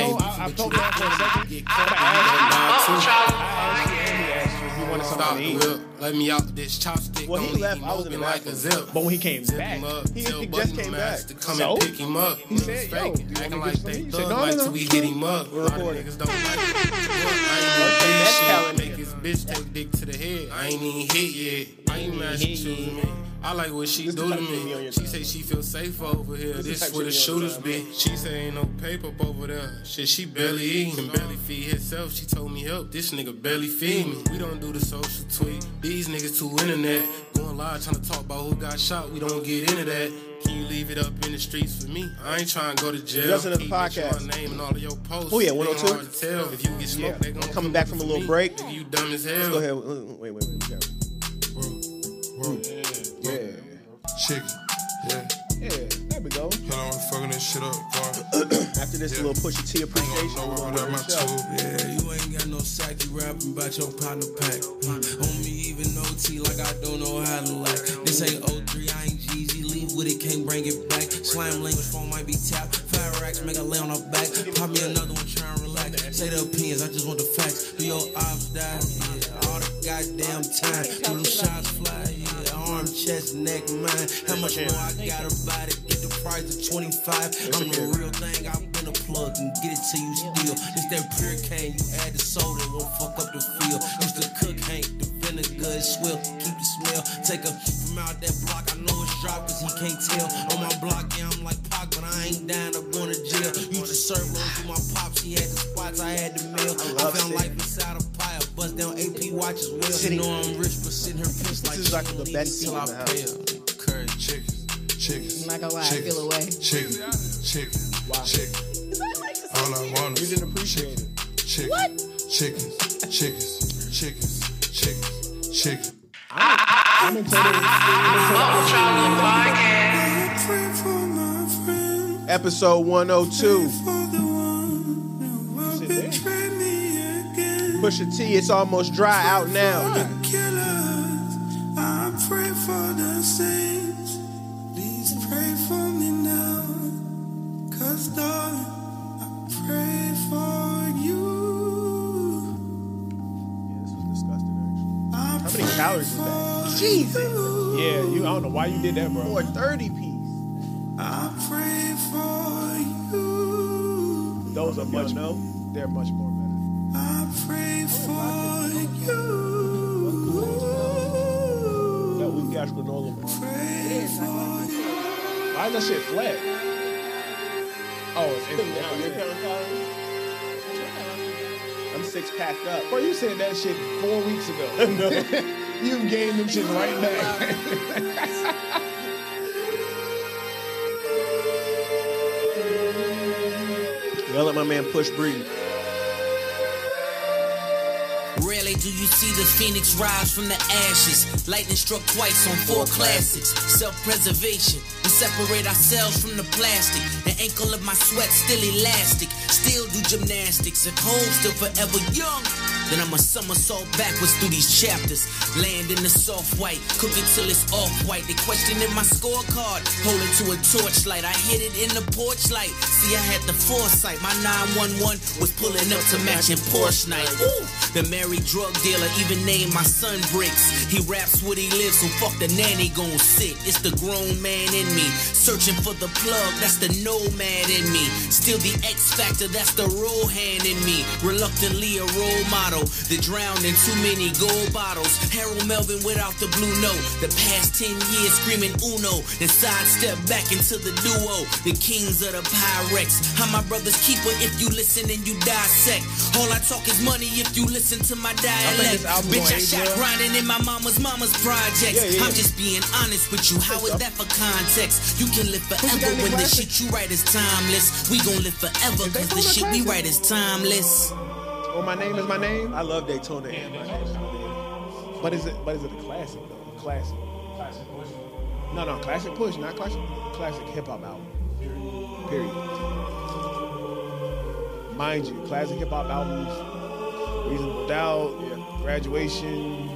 I told you that for Ah, a second. I asked you if you wanted Stop something to eat. look, let me out this chopstick. Well, he Don't leave left, him I was in open the like a bathroom. zip. But when he came Zip back, him up, he- tell he just Button came Mash back. to come So? and pick him up. He said, yo, do you wanna acting get like some they heat? He thug said, no, no, like no. till we hit him up. A lot of recording. niggas don't like it. I ain't even hit shit. Make his bitch take dick to the head. I ain't even hit yet. I ain't mad she choosing me. I like what she This do the to type shit be on me. your She time. say she feel safe over here. the This type where the shit be on your shooters time, be. She say ain't no paper up over there. Shit, she barely eating. Can barely feed herself. She told me help. This nigga barely feed me. We don't do the social tweet. These niggas too internet. Going live trying to talk about who got shot. We don't get into that. Can you leave it up in the streets for me? I ain't trying to go to jail. Listen to the Keep mentioning podcast. My name and all of your posts. Oh, yeah, They gon' 102. hard to tell. If you get smoked, Yeah. they gon' Coming come back looking from a for little me. break. Nigga, You dumb as hell. Go ahead. Wait, wait, wait. we got- Yeah. Chicken. Yeah. Yeah. There we go. Y'all know I'm fucking this shit up, boy. After this Yeah. little Pusha T appreciation, Know we're where without going to my the show. tool. Yeah, you ain't got no sack, you rapping about your partner pack. Mm. On me, even OT, like I don't know how to lack. This ain't 03, I ain't Jeezy, leave with it, can't bring it back. Slime language phone might be tapped. Fire racks, make a lay on her back. Pop me another one, try and relax. Say the opinions, I just want the facts. Do your ops die? Yeah, all the goddamn time. Do them shots fly? Yeah, arm, chest, neck, mind. How much more I gotta buy to get the price of 25? I'm the real thing, I've been a plug and get it to you still. It's that pure cane, you add the soda, it won't fuck up the feel. Used to cook Hank, the vinegar is swill, keep the smell. Take a from out that block, I know it's drop cause he can't tell. On my block, yeah, I'm like Pac, but I ain't dying, I'm going to jail. Used to serve room through my pops, he had the spots, I had the meal. I, love found City. life inside a pie, I bust down AP watches well. You know I'm rich, but sitting here pissed like is like she the don't best leave till beat in I the house. pay her. Courage. Chickens. Chickens. I'm not gonna lie, I chickens, feel away. Chicken. Chicken. Chicken. All I want You is didn't appreciate it. chicken. What? Chickens. Chickens. Chickens. Chickens. Chicken. I'm into this. Episode 102. Pusha T, it's almost dry out now. this was disgusting, actually. How many calories was that? Jesus. Yeah, you. I don't know why you did that, bro. Or 30 piece. Those are much. No. They're much more better. That weak ass granola. bar. Why is that shit flat? Oh, it's, it's down Your there. count calories? I'm six packed up. Bro, you said that shit four weeks ago. you gained them shit right now. Y'all let my man push breathe. Rarely do you see the phoenix rise from the ashes. Lightning struck twice on four classics. Self preservation. We separate ourselves from the plastic. The ankle of my sweat still elastic. Still do gymnastics. At home, still forever young. Then I'm a somersault backwards through these chapters. Land in the soft white, cook it till it's off white. They questioning my scorecard, hold it to a torchlight. I hit it in the porch light. See, I had the foresight. My 911 was pulling up to matching Porsche night. Ooh, the married drug dealer even named my son Bricks. He raps what he lives, so fuck the nanny gon' sit. It's the grown man in me. Searching for the plug, that's the nomad in me. Still the X factor, that's the roll hand in me. Reluctantly a role model that drowned in too many gold bottles. Harold Melvin without the blue note. The past 10 years screaming Uno. Then sidestep back into the duo. The kings of the Pyrex. I'm my brother's keeper if you listen and you dissect. All I talk is money if you listen to my dialect. this album Bitch, I gonna age shot well. grinding in my mama's mama's projects. Yeah, yeah, I'm yeah. just being honest with you. How is that for context? You can live forever any when the classics? shit you write is timeless. We gon' live forever cause the Daytona shit we classics? write is timeless. Oh, my name is my name. I love Daytona. and my name. But is it? But is it a classic though? Classic. No, no, classic push, not classic. Classic hip hop album. Period. Mind you, classic hip hop albums, Reasonable Doubt, Graduation.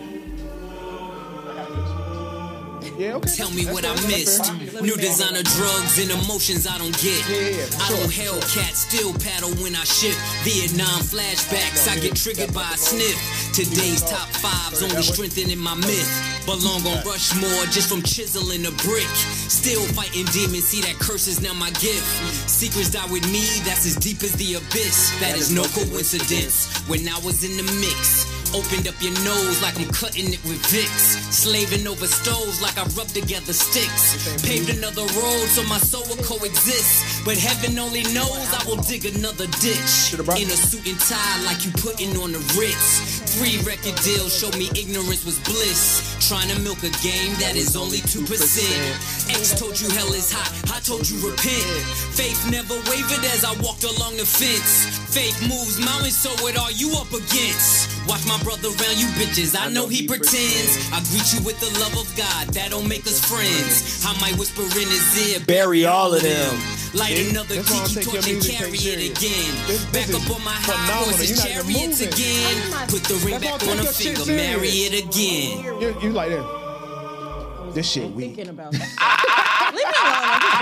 Yeah, okay. Tell me what I missed. New designer drugs and emotions I don't get. Yeah, yeah, for I don't sure, for Hellcat, still paddle when I shift. Vietnam flashbacks, I get triggered by a sniff. Today's top fives only strengthening my myth. Belong on Rushmore just from chiseling a brick. Still fighting demons, see that curse is now my gift. Secrets die with me, that's as deep as the abyss. That is no coincidence. When I was in the mix, Opened up your nose like I'm cutting it with Vicks. Slaving over stoves like I rubbed together sticks. Paved another road so my soul will coexist. But heaven only knows I will dig another ditch. In a suit and tie like you putting on the Ritz. Three record deals showed me ignorance was bliss. Trying to milk a game that is only 2%. X told you hell is hot, I told you repent. Faith never wavered as I walked along the fence. Fake moves mountains, so what are you up against? Watch my brother around you bitches, I know he pretends. I greet you with the love of God, that don't make us friends. I might whisper in his ear, bury all of them. Light another That's why I tiki take your torch and music carry take it serious. again. This- this Back is up on my high phenomenal. horse and You're not even chariots moving. again. Put the ring That's why I back take on her your shit finger, serious. marry it again. You, you like that? This shit I'm weak. thinking about that. Leave me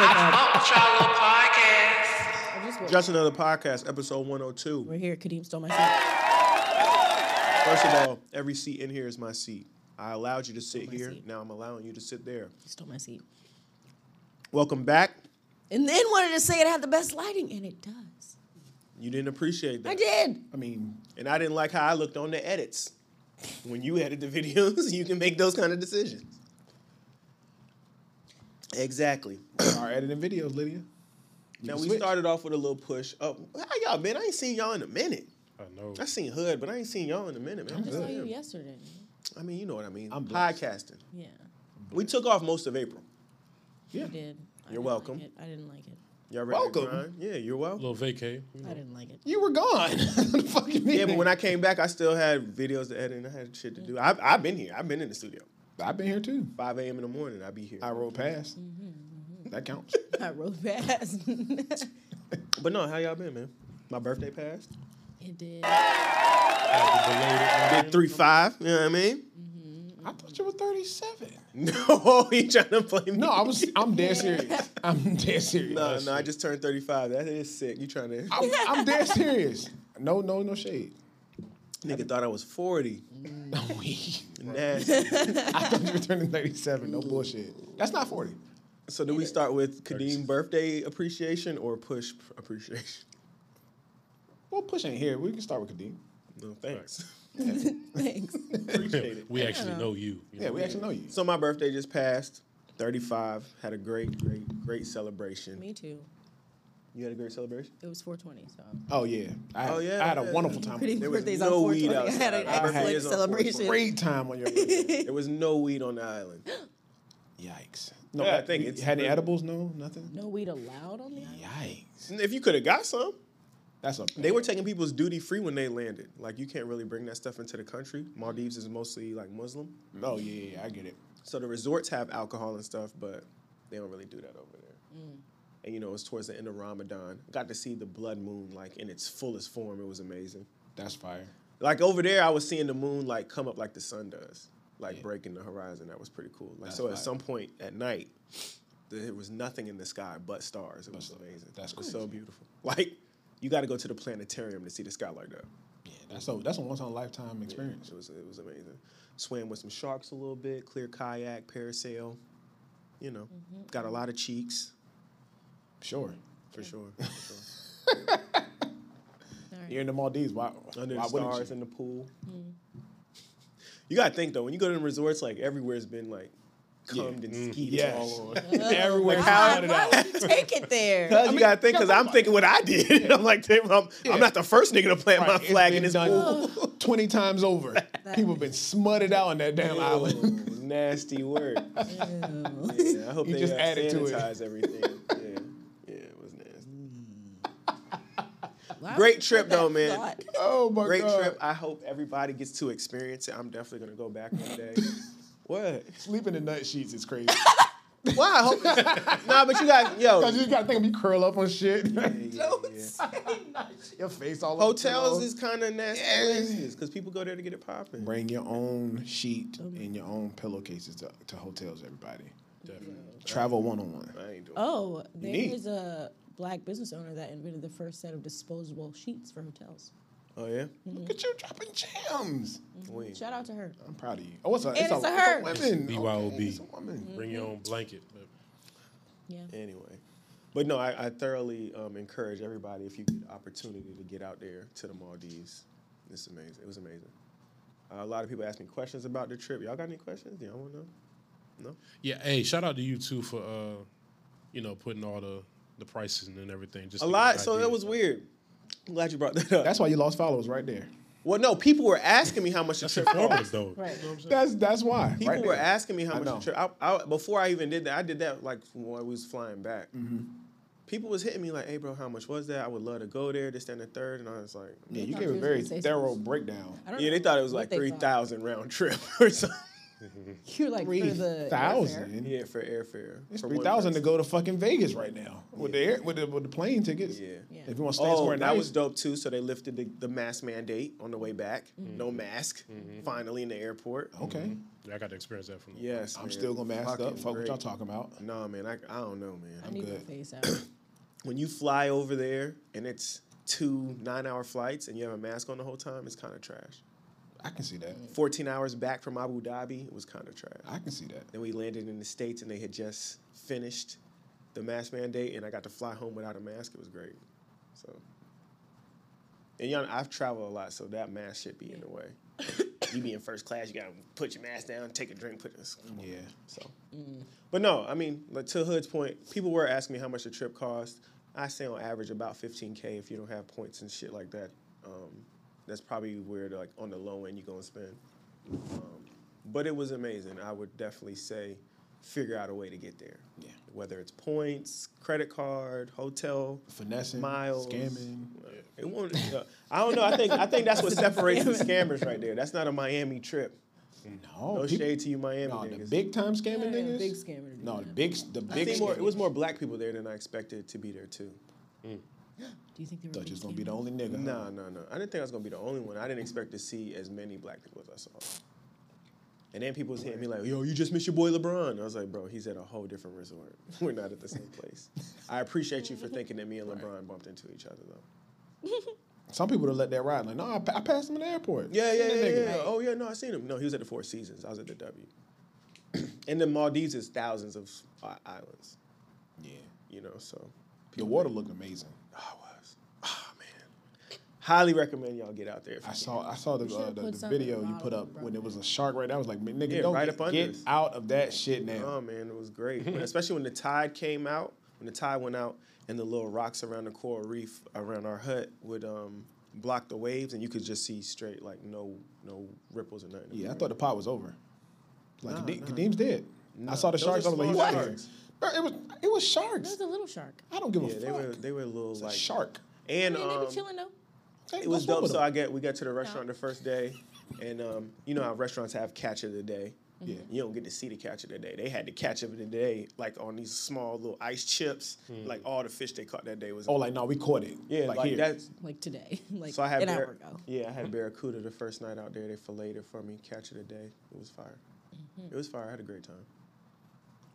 alone. I just woke up. I just woke up. Just another podcast, episode 102. We're here. Kadeem stole my shit. First of all, every seat in here is my seat. I allowed you to Oh, sit My here. seat. Now I'm allowing you to sit there. He stole my seat. Welcome back. And then wanted to say it had the best lighting, and it does. You didn't appreciate that. I did. I mean, And I didn't like how I looked on the edits. When you edit the videos, you can make those kind of decisions. Exactly. our editing videos, Lydia. Now can we switch. started off with a little push. up. how y'all been? I ain't seen y'all in a minute. I know. I seen Hood, but I ain't seen y'all in a minute, man. I saw you Damn. yesterday. I mean, you know what I mean. I'm blessed. podcasting. Yeah, We took off most of April. Yeah. you did. You're I didn't welcome. Like it. I didn't like it. Y'all ready? to Welcome. grind? Yeah, you're A welcome. little vacay. you know. I didn't like it. You were gone. Fucking Yeah, but when I came back, I still had videos to edit and I had shit to do. I've, I've been here. I've been in the studio. I've been here too. 5 a.m. in the morning, I'll be here. Mm-hmm, I rolled past. That counts. I rode fast. it But no, how y'all been, man? My birthday passed. did. Had Big the belated, man. 3-5, you know what I mean? I thought you were 37. No, you trying to play me? No, I was. I'm dead serious. I'm dead serious. No, no, I just turned 35. That is sick. You trying to. I'm, I'm dead serious. No, no, no shade. Nigga thought I was 40. No, we- Nasty. I thought you were turning 37. Mm. No bullshit. That's not 40. So, do we start with Kadeem birthday appreciation or push p- appreciation? Well, push ain't here. We can start with Kadeem. No, thanks. Thanks. Appreciate it. We actually know you. you Yeah, know. we actually know you. So, my birthday just passed. 35. Had a great, great, great celebration. Me too. You had a great celebration? It was 420, so Oh yeah. I, Oh, yeah, I had a yeah, wonderful yeah. time. pretty There was birthdays no on weed 420. I had an outside. Our birthday excellent is on celebration. 420. Great time on your birthday. There was no weed on the island. Yikes. No, Yeah, I think you it's had any really- edibles? No, nothing. No weed allowed on the island. Yikes. If you could have got some, That's a. they were taking people's duty free when they landed. Like, you can't really bring that stuff into the country. Maldives is mostly like Muslim. Oh yeah, yeah, yeah, I get it. So the resorts have alcohol and stuff, but they don't really do that over there. And you know, it's towards the end of Ramadan. Got to see the blood moon like in its fullest form. It was amazing. That's fire. Like over there, I was seeing the moon like come up like the sun does, like breaking the horizon. That was pretty cool. Like That's so, at fire. some point at night, there was nothing in the sky but stars. It was stars. amazing. That's It was so crazy. beautiful. Like you got to go to the planetarium to see the sky like that. Yeah, that's a that's a once in a lifetime experience. It was it was amazing. Swam with some sharks a little bit, clear kayak, parasail. You know, got a lot of cheeks Sure. for sure. For sure. You're in the Maldives. Why? Under why the wouldn't stars you? in the pool. You gotta think though, when you go to the resorts, like everywhere's been like cummed and skeeted Mm. Yes. all over. Everywhere. Why, why would you take it there? Cause you gotta think, cause I'm thinking what I did. I'm like, damn, I'm, I'm not the first nigga to plant Right, my it's flag been in this done pool. 20 times over. People been smutted out on that damn island. Ew, nasty word. Yeah, I hope You they just uh, added to it. sanitize everything. Yeah, yeah, it was nasty. Why would Great you trip, put that though, man. thought? Oh my Great god. trip. I hope everybody gets to experience it. I'm definitely gonna go back one day. what? Sleeping in nut sheets is crazy. Well, I hope. nah, but you got yo. Cause you gotta think of me curl up on shit. yeah. Your face all over the Hotels pillow. is kind of nasty places because people go there to get it popping. Bring your own sheet and your own pillowcases to, to hotels, everybody. Definitely. Travel one on one. I ain't doing. Oh, there Unique. is a black business owner that invented the first set of disposable sheets for hotels. Oh yeah. Look at you dropping gems. We ain't- Shout out to her. I'm proud of you. Oh, it's a, it's a Mm-hmm. her. women. BYOB. Okay, it's a woman. Bring your own blanket. Yeah. Anyway, but no, I, I thoroughly um, encourage everybody if you get the opportunity to get out there to the Maldives. It's amazing. It was amazing. Uh, a lot of people ask me questions about the trip. Y'all got any questions? Y'all want to know? Yeah, hey, shout out to you too for uh, you know, putting all the the prices and everything. Just A to get lot. an So idea. that was weird. I'm glad you brought that up. That's why you lost followers right there. well, no, people were asking me how much the That's trip cost. informative though. Right. That's that's why. People right were there. asking me how I much know. the trip. I, I, before I even did that, I did that like when we was flying back. Mm-hmm. People was hitting me like, "Hey, bro, how much was that? I would love to go there." This, that, and the third, and I was like, Yeah, you thought gave a you was very gonna say thorough something. breakdown. I don't "Yeah, they know thought it was what like they three thought. thousand round trip or something." You're like Three for the airfare. thousand. Yeah, for airfare. It's For one three thousand to person. go to fucking Vegas right now with the air, with the with the plane tickets. Yeah. Yeah. If you want to stay Oh, somewhere and nice, that was dope too. So they lifted the, the mask mandate on the way back. No mask, finally in the airport. okay. Yeah, I got to experience that from the Yes, Oh, I'm man. still gonna mask Mm-hmm. up. Fucking Fuck great. what y'all talking about. Nah, man, I, I don't know, I man. need my good. face out. When you fly over there and it's two nine-hour flights and you have a mask on the whole time, it's kind of trash. I can see that. Fourteen hours back from Abu Dhabi, it was kind of trash. I can see that. Then we landed in the states and they had just finished the mask mandate, and I got to fly home without a mask. It was great. So, and y'all, I've traveled a lot, so that mask should be in the way. you be in first class, you gotta put your mask down, take a drink, put this. Yeah. So, but no, I mean, like, to Hood's point, people were asking me how much the trip cost. I say on average about 15k if you don't have points and shit like that. Um, that's probably where like on the low end you're gonna spend. Um, but it was amazing. I would definitely say figure out a way to get there. Yeah. Whether it's points, credit card, hotel, Finessing, miles, scamming. It won't, uh, I don't know. I think I think that's what separates the scammers right there. That's not a Miami trip. No, No people, shade to you, Miami no the niggas. big time scamming Yeah, niggas. big scammer to do No, the that. big the I big. think more, scammer. it was more black people there than I expected to be there too. Do you think they were Thought you big was gonna be the scammers? only nigga. No, no, no. I didn't think I was gonna be the only one. I didn't expect to see as many black people as I saw. And then people was hitting me like, "Yo, you just missed your boy LeBron." I was like, "Bro, he's at a whole different resort. We're not at the same place." I appreciate you for thinking that me and LeBron bumped into each other though. Some people would let that ride. Like, no, I, pa- I passed him in the airport. Yeah, yeah, Seen yeah, that yeah. nigga. yeah. Oh yeah, no, I seen him. No, he was at the Four Seasons. I was at the W. and the Maldives is thousands of i- islands, Yeah. you know. So The water looked amazing. I was. Oh man, highly recommend y'all get out there. If I you can. saw I saw the You should've uh, the, put the something video you about put it, up bro. when it was a shark right there. I was like, nigga, Yeah, don't right get, up under get us. out of that shit now. Oh man, it was great. When- especially when the tide came out, when the tide went out, and the little rocks around the coral reef around our hut would um, block the waves, and you could just see straight, like no no ripples or nothing. yeah, I thought the pot was over. Like Nah, Kadeem, nah. Kadeem's dead. I saw the Those are sharks. I was like, he's small out of here. sharks. Bro, it was it was That sharks. was a little shark. I don't give yeah, a they fuck. were they were a little It's a like shark. and I mean, they um, be chilling though. It was dope. So I get we got to the restaurant the first day, and um, you know how restaurants have catch of the day. Yeah. You don't get to see the catch of the day. They had the catch of the day, like on these small little ice chips. Like all the fish they caught that day was Oh, like no, we caught it. yeah, Hmm. like, like, here. that's Like today. Like so I had an hour bar- ago. Mm-hmm. yeah I had barracuda the first night out there. They filleted for me, catch of the day. It was fire. Mm-hmm. It was fire. I had a great time.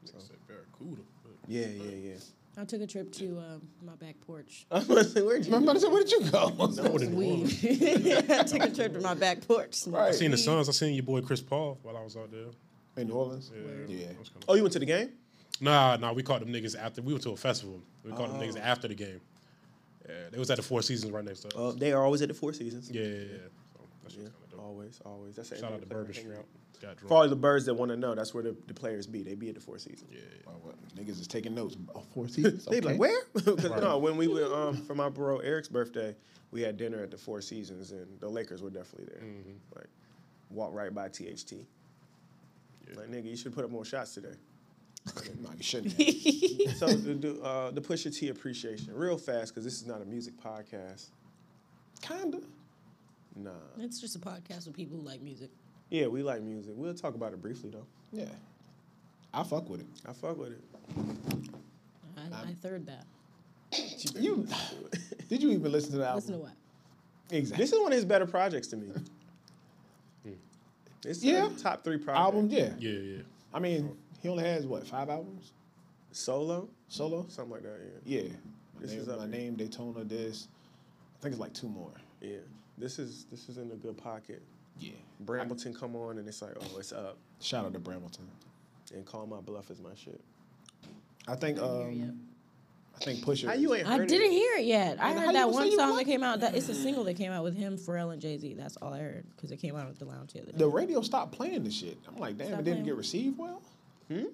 Say Barracuda. Yeah, yeah, I took a trip to um, my back porch. yeah. Where'd you? I'm about to say, where did you go? Weed. I took a trip to my back porch. I seen right. the Suns. I seen your boy Chris Paul while I was out there. In New Orleans. Yeah. Yeah. That was Mm-hmm. kinda- Oh, you went to the game? Nah, nah, we caught them niggas after we went to a festival. We caught them niggas after the game. Yeah, they was at the Four Seasons right next to us. Uh, they are always at the Four Seasons. yeah, yeah, yeah. So that shit's Yeah, kinda dope. always, always. That's an Shout NBA out to player Bourbon hanging Street. out. Got drunk. For all the birds that want to know, that's where the, the players be. They be at the Four Seasons. Yeah, Oh, what? Niggas is taking notes. Oh, four seasons. They be okay. like, where? 'Cause no, when we went um, for my bro Eric's birthday, we had dinner at the Four Seasons, and the Lakers were definitely there. Mm-hmm. Like, walked right by THT. Like, nigga, you should put up more shots today. Nah, you shouldn't. have. so the the, uh, the Pusha T appreciation, real fast, because this is not a music podcast. Kinda. Nah. It's just a podcast with people who like music. Yeah, we like music. We'll talk about it briefly though. Yeah. I fuck with it. I fuck with it. I, I third that. You did you even listen to the album? Listen to what? Exactly. This is one of his better projects to me. It's yeah. Yeah. top three project. album, yeah. Yeah, yeah. I mean, he only has what five albums Solo, solo. something like that. Yeah. Yeah, my, This name, is up my here. name Daytona. This, I think it's like two more. Yeah. This is this is in a good pocket. Yeah. Brambleton come on and it's like, oh, it's up. Shout out to Brambleton. And call my bluff is my shit. I think um, I think Pusher. How is- you ain't I heard didn't hear it yet. I How heard you that gonna say one you song what? that came out. That it's a single that came out with him, Pharrell, and Jay Z. That's all I heard because it came out at the lounge the other day. the radio stopped playing this shit. I'm like, damn, Stop it didn't playing. get received well. Hmm.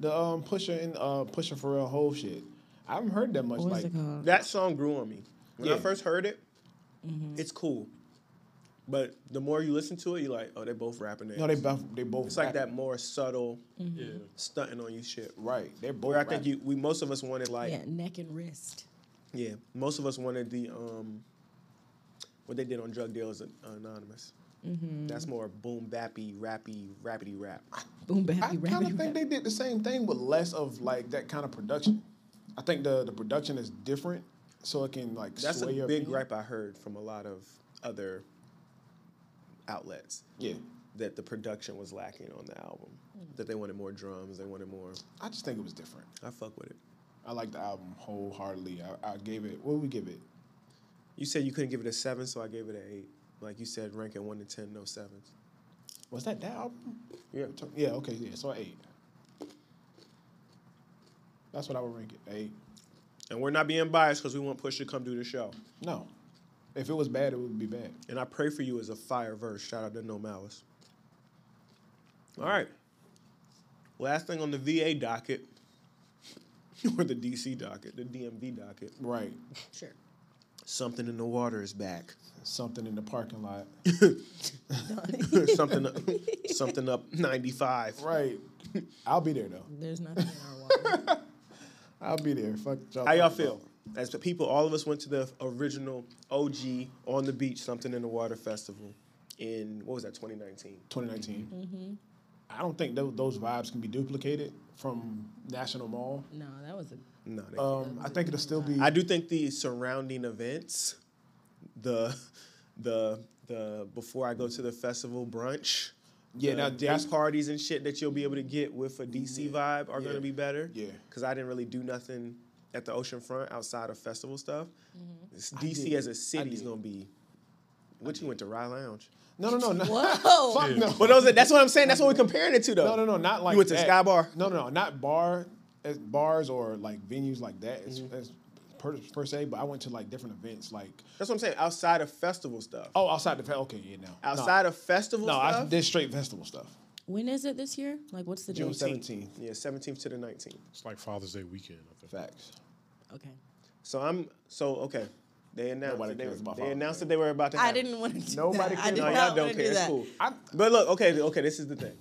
The um Pusher and uh Pusher Pharrell whole shit. I haven't heard that much. What was like, it called? That song grew on me. When I Yeah. first heard it, Mm-hmm. it's cool. But the more you listen to it, you're like, oh, they're both rapping it. no, they both they both. it's like rapping. that more subtle Yeah. stunting on you shit. Mm-hmm. Right, they're both. Where I think rapping. you, we most of us wanted like, Yeah, yeah, neck and wrist. most of us wanted the um, what they did on Drug Deal is An- Anonymous. That's more boom bappy, rappy, rappity rap. Boom, bappy, Mm-hmm. I kind rappy, of think rap. they did the same thing with less of like that kind of production. I think the the production is different, so it can like That's a sway your big opinion. gripe I heard from a lot of other outlets Yeah, that the production was lacking on the album. That they wanted more drums, they wanted more. I just think it was different. I fuck with it. I like the album wholeheartedly. I, I gave it. What would we give it? You said you couldn't give it a seven, so I gave it an eight. Like you said, ranking one to ten, no sevens. Was that that album? Yeah. Yeah. Okay. Yeah. So eight. That's what I would rank it. Eight. And we're not being biased because we want Push to come do the show. No. If it was bad, it would be bad. And I pray for you as a fire verse. Shout out to No Malice. All right. Last thing on the VA docket, or the DC docket, the DMV docket. Right. Sure. Something in the water is back. Something in the parking lot. something, up, something up 95. right. I'll be there though. There's nothing in our water. I'll be there. Fuck. How y'all feel? As the people, all of us went to the original OG on the beach, something in the water festival in what was that, 2019? 2019. I don't think tho- those vibes can be duplicated from National Mall. no, that was a. No, they Um, I think it'll still be. I do think the surrounding events, the the the before I go to the festival brunch, yeah, the now, day that's parties and shit that you'll be able to get with a DC vibe are yeah, gonna be better. yeah. because I didn't really do nothing at the ocean front outside of festival stuff. It's DC did. as I a city is did. gonna be. What you went to Rye Lounge? no, no, no, no. Whoa! Fuck no. But those, are- that's what I'm saying. That's what we're comparing it to, though. No, no, no, not like you went to that. Sky Bar. No, no, no, not bar, as bars or like venues like that. It's, Mm-hmm. it's per, per se, but I went to like different events, like That's what I'm saying. Outside of festival stuff. oh, outside the fe- okay, yeah, no, Outside no, of festival no, stuff. I did straight festival stuff. When is it this year? Like, what's the June date? 17th. Yeah, 17th to the 19th. It's like Father's Day weekend. I think. Facts. Okay. So I'm so okay. They announced Nobody that they, cares about they Father's announced Day. that they were about to. Have I it. didn't want to. Do Nobody that. I cares did No, about- not y'all don't wanna do care. It's that. cool. I- But look, okay, okay. This is the thing,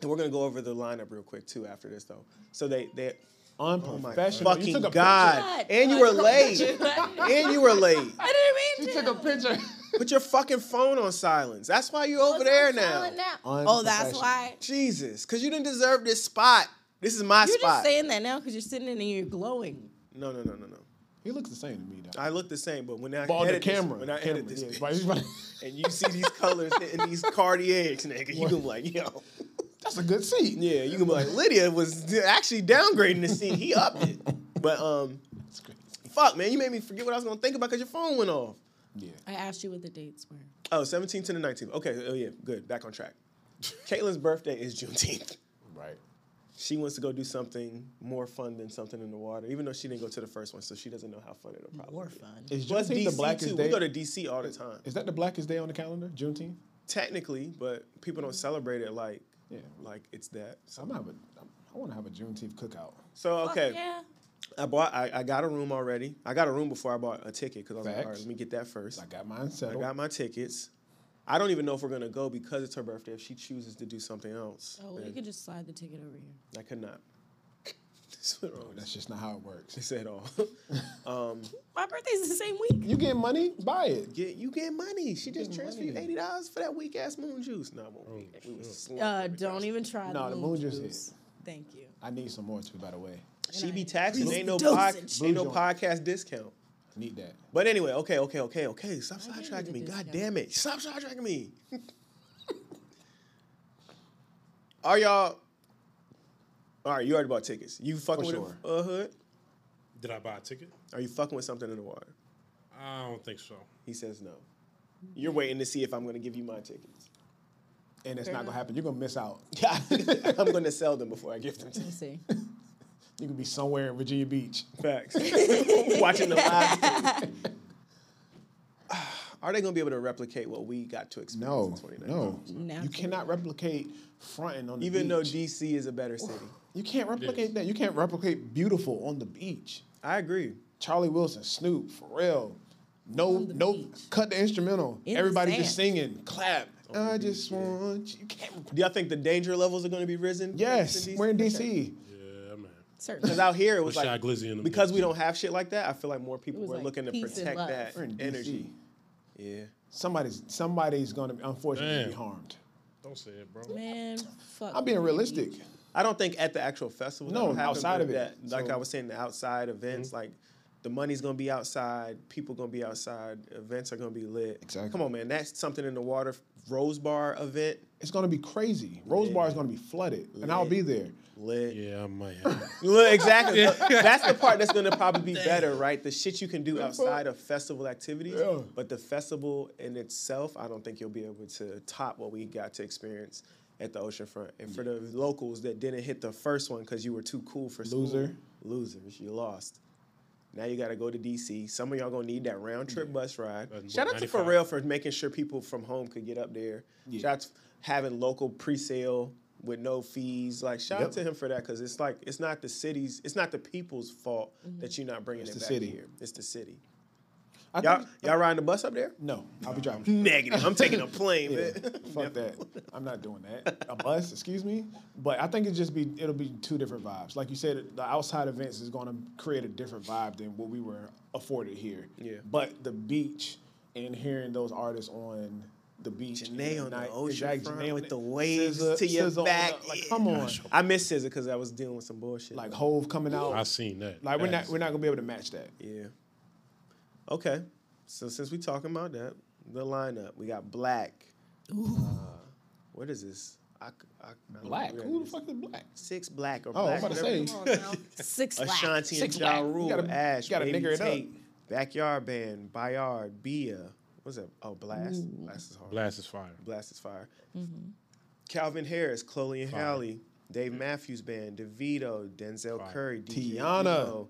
and we're gonna go over the lineup real quick too after this though. So they they. oh Unprofessional. You Fucking took a God. God. And you I were took a late. picture. and you were late. I didn't mean Picture. to. You took a picture. Put your fucking phone on silence. That's why you're over What's there on now. silent now? Unprofessional. Oh, that's why. Jesus, because you didn't deserve this spot. This is my You're spot. just saying that now because you're sitting in and you're glowing. no, no, no, no, no. he looks the same to me though. I look the same, but when I But on the edit this- camera, when I camera, edit this, yeah, bitch, right, he's right. and you see these colors hitting these Cartiers, nigga, you can be like, yo, that's a good seat. yeah, you can be like, Lydia was actually downgrading the scene. He upped it, but um, That's crazy. fuck, man, you made me forget what I was gonna think about because your phone went off. Yeah. I asked you what the dates were. Oh, 17 to the 19th. Okay, oh yeah, good, back on track. Caitlin's birthday is Juneteenth. Right. She wants to go do something more fun than something in the water, even though she didn't go to the first one, so she doesn't know how fun it'll probably More be. fun. Is Well, it's Juneteenth the DC, blackest too. day? We go to DC all the time. is that the blackest day on the calendar? Juneteenth. technically, but people don't celebrate it like Yeah. like it's that. So I'm gonna have a. I want to have a Juneteenth cookout. So Fuck okay, Yeah. I bought I, I got a room already. I got a room before I bought a ticket because I was like, Facts. all right, let me get that first. I got mine I settled. got my tickets. I don't even know if we're gonna go because it's her birthday. If she chooses to do something else, Oh, well, then you can just slide the ticket over here. I could not. This went wrong. That's just not how it works. This at all. My birthday's the same week. You get money, buy it. get you get money. Oh, She just Get transferred you money. eighty dollars for that weak ass moon juice. No, I won't. be. we was slumped. Uh, don't even try. No, the moon juice hit. Thank you. I need some more too, by the way. She be taxing. Blue- Ain't no Blue pod, dosage. ain't no Blue podcast discount. Need that. But anyway, okay, okay, okay, okay. Stop sidetracking me. God damn it. Stop sidetracking me. Are y'all? All right, you already bought tickets. You fucking For with sure. a a hood? Did I buy a ticket? Are you fucking with something in the water? I don't think so. He says no. You're waiting to see if I'm going to give you my tickets. And it's not gonna happen. You're gonna miss out. I'm going to sell them before I give them. To you. see. You could be somewhere in Virginia Beach. Facts. Watching the live. Are they going to be able to replicate what we got to experience? No, no. No. You cannot replicate fronting on the Even beach. though DC is a better city. you can't replicate that. You can't replicate beautiful on the beach. I agree. Charlie Wilson, Snoop, Pharrell. No, no. Cut the instrumental. In the Everybody just sand. singing, clap. I just want you. Can't. Do y'all think the danger levels are going to be risen? Yes, we're in DC. Yeah, man. Certainly. Because out here it was Wish I had like glizzy in them because bitches. we don't have shit like that. I feel like more people was were like looking to peace and protect love. that We're in DC. energy. Yeah. Somebody's somebody's gonna unfortunately be Damn. harmed. Don't say it, bro. Man, fuck. I'm being realistic. I don't think at the actual festival. No, that'll happen, outside but of it. That, like So- I was saying, the outside events, Mm-hmm. like the money's gonna be outside, people gonna be outside, events are gonna be lit. Exactly. Come on, man, that's something in the water. Rose Bar event It's gonna be crazy. Rose Bar is gonna be flooded, and I'll be there. lit. Yeah, I might. Look, exactly. That's the part that's gonna probably be better, right? The shit you can do outside of festival activities, Yeah. but the festival in itself, I don't think you'll be able to top what we got to experience at the oceanfront. And for the locals that didn't hit the first one because you were too cool for school, Loser. losers, you lost. Now you gotta go to DC. Some of y'all gonna need that round trip bus ride. That's Shout what, out to 95? Pharrell for making sure people from home could get up there. Shout out to having local pre-sale with no fees. Like shout out Yep. to him for that because it's like it's not the city's, it's not the people's fault that you're not bringing It's it the back city. here. It's the city. I Y'all, think- y'all riding the bus up there? no, I'll be driving. Negative. I'm taking a plane. Yeah, man. fuck that. I'm not doing that. A bus, excuse me. But I think it just be it'll be two different vibes. Like you said, the outside events is gonna create a different vibe than what we were afforded here. Yeah. But the beach and hearing those artists on the beach, and Janae at on the night, ocean exactly, front Janae on with it, the waves to your on the- back. like, come on, I miss Scissor because I was dealing with some bullshit. like Hove coming out. I seen that. like we're not That's- we're not gonna be able to match that. Yeah. Okay. So since we talking about that, the lineup we got Black. Uh, what is this? I, c- I- I don't know Black? where Who it the is. fuck is black? Six Black or Oh, Black? I'm about to whatever. say. Six lack. Ashanti and Six Ja Black. You Rule, gotta- Ash, you gotta Baby nigger it up. Tate, Backyard Band, Bayard, Bia. What's that? Oh, Blast. Blast is hard. Blast is fire. Blast is fire. Mm-hmm. Calvin Harris, Chloe and Halle, Dave Matthews Band, DeVito, Denzel Curry, DJ Tiana. Eno,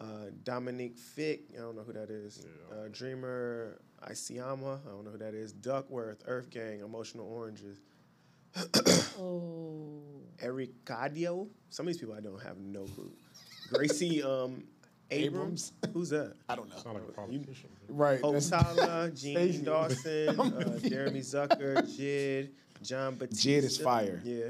uh, Dominique Fick, I don't know who that is. Uh, Dreamer Isiama, I don't know who that is. Duckworth, Earth Gang, Emotional Oranges, Oh, Eric Cadio. Some of these people I don't have no clue. Gracie um, Abrams. Who's that? I don't know. Sound like a politician. Right. Hope that's- Sala, Gene Stacey. Dawson, uh, Jeremy Zucker, Jid, John Batista. Jid is fire. Yeah.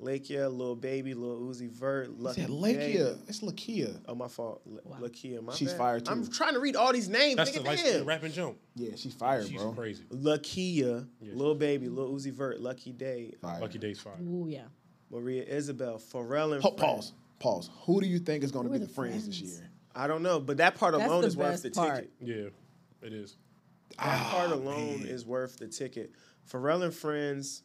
Lakia, Lil Baby, Lil Uzi Vert, He Lucky said Day. Lakia. It's Lakia. Oh, my fault. L- Lakia, my She's bad. fire, too. I'm trying to read all these names. That's That's the Nigga, light damn. skinned rapping jump. Yeah, she's fire, She's bro. crazy. Lakia, Yeah. Lil Baby, Lil Uzi Vert, Lucky Day, Fire. Lucky Day's fire. ooh, yeah. Maria Isabel, Pharrell, and Pa- pause. Friends. Pause. Who do you think is going to Who be are the the friends, this friends? year? I don't know, but that part That's alone the is worth best the part. ticket. Yeah, it is. Oh, That part alone is worth the ticket. Pharrell and Friends.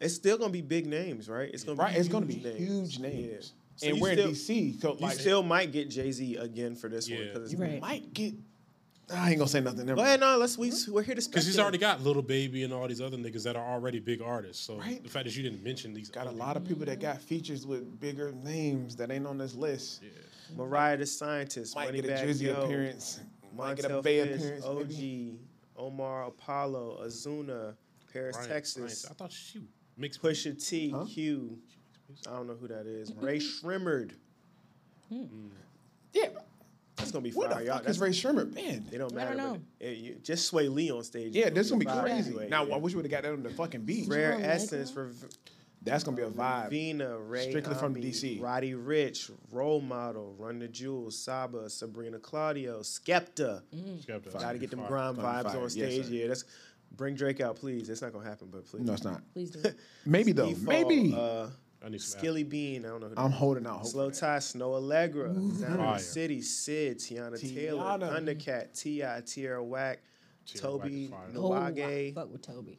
It's still gonna be big names, right? It's gonna Right. be It's going to be huge huge Yeah. names. So and you we're still- in DC, so You like still might get Jay Z again for this one Yeah. because Right. might get. I ain't gonna say nothing. Never Go ahead, no, let's we we're here to Because speculate. he's already got Little Baby and all these other niggas that are already big artists. So Right. the fact that you didn't mention these Got a other lot of people that got features with bigger names that ain't on this list. Mariah the Scientist, Might Money get a Bag Jersey Yo, appearance. Might get a Montel Bay Fish, appearance. OG, maybe. Omar Apollo, Azuna, Paris, Brian Texas, Science. I thought she mixed push. Pusha T, Q. I don't know who that is. Ray Shrimmerd. Yeah. That's gonna be What fire, the y'all. fuck is That's Ray Sherman? Man. It don't I matter. don't but it- you- just Sway Lee on stage. is Yeah, this gonna be fire crazy. anyway. Now I wish we would have got that on the fucking beach. Rare John Legend. Essence, Rav- That's gonna be a vibe. Vina, Ray, Strictly from Ami, DC. Roddy Rich, Role Model, Run the Jewels, Saba, Mm. Sabrina Claudio, Skepta. Gotta get them grind Gonna be vibes fire. on Yes, stage. sir. yeah, that's Bring Drake out, please. It's not gonna happen, but please. No, it's not. Please do. Maybe though. Steve Fall, Maybe. Uh, I need some Skilly Bean. I don't know. Who that I'm is. holding out hope Slow Tie, Snow Allegra, Fire. Zion City, Sid, Tiana, Taylor, Tiana. Thundercat, Ti, Tierra Whack, Tierra Whack is Toby, fire. Oh, I Nwage, fuck with Toby.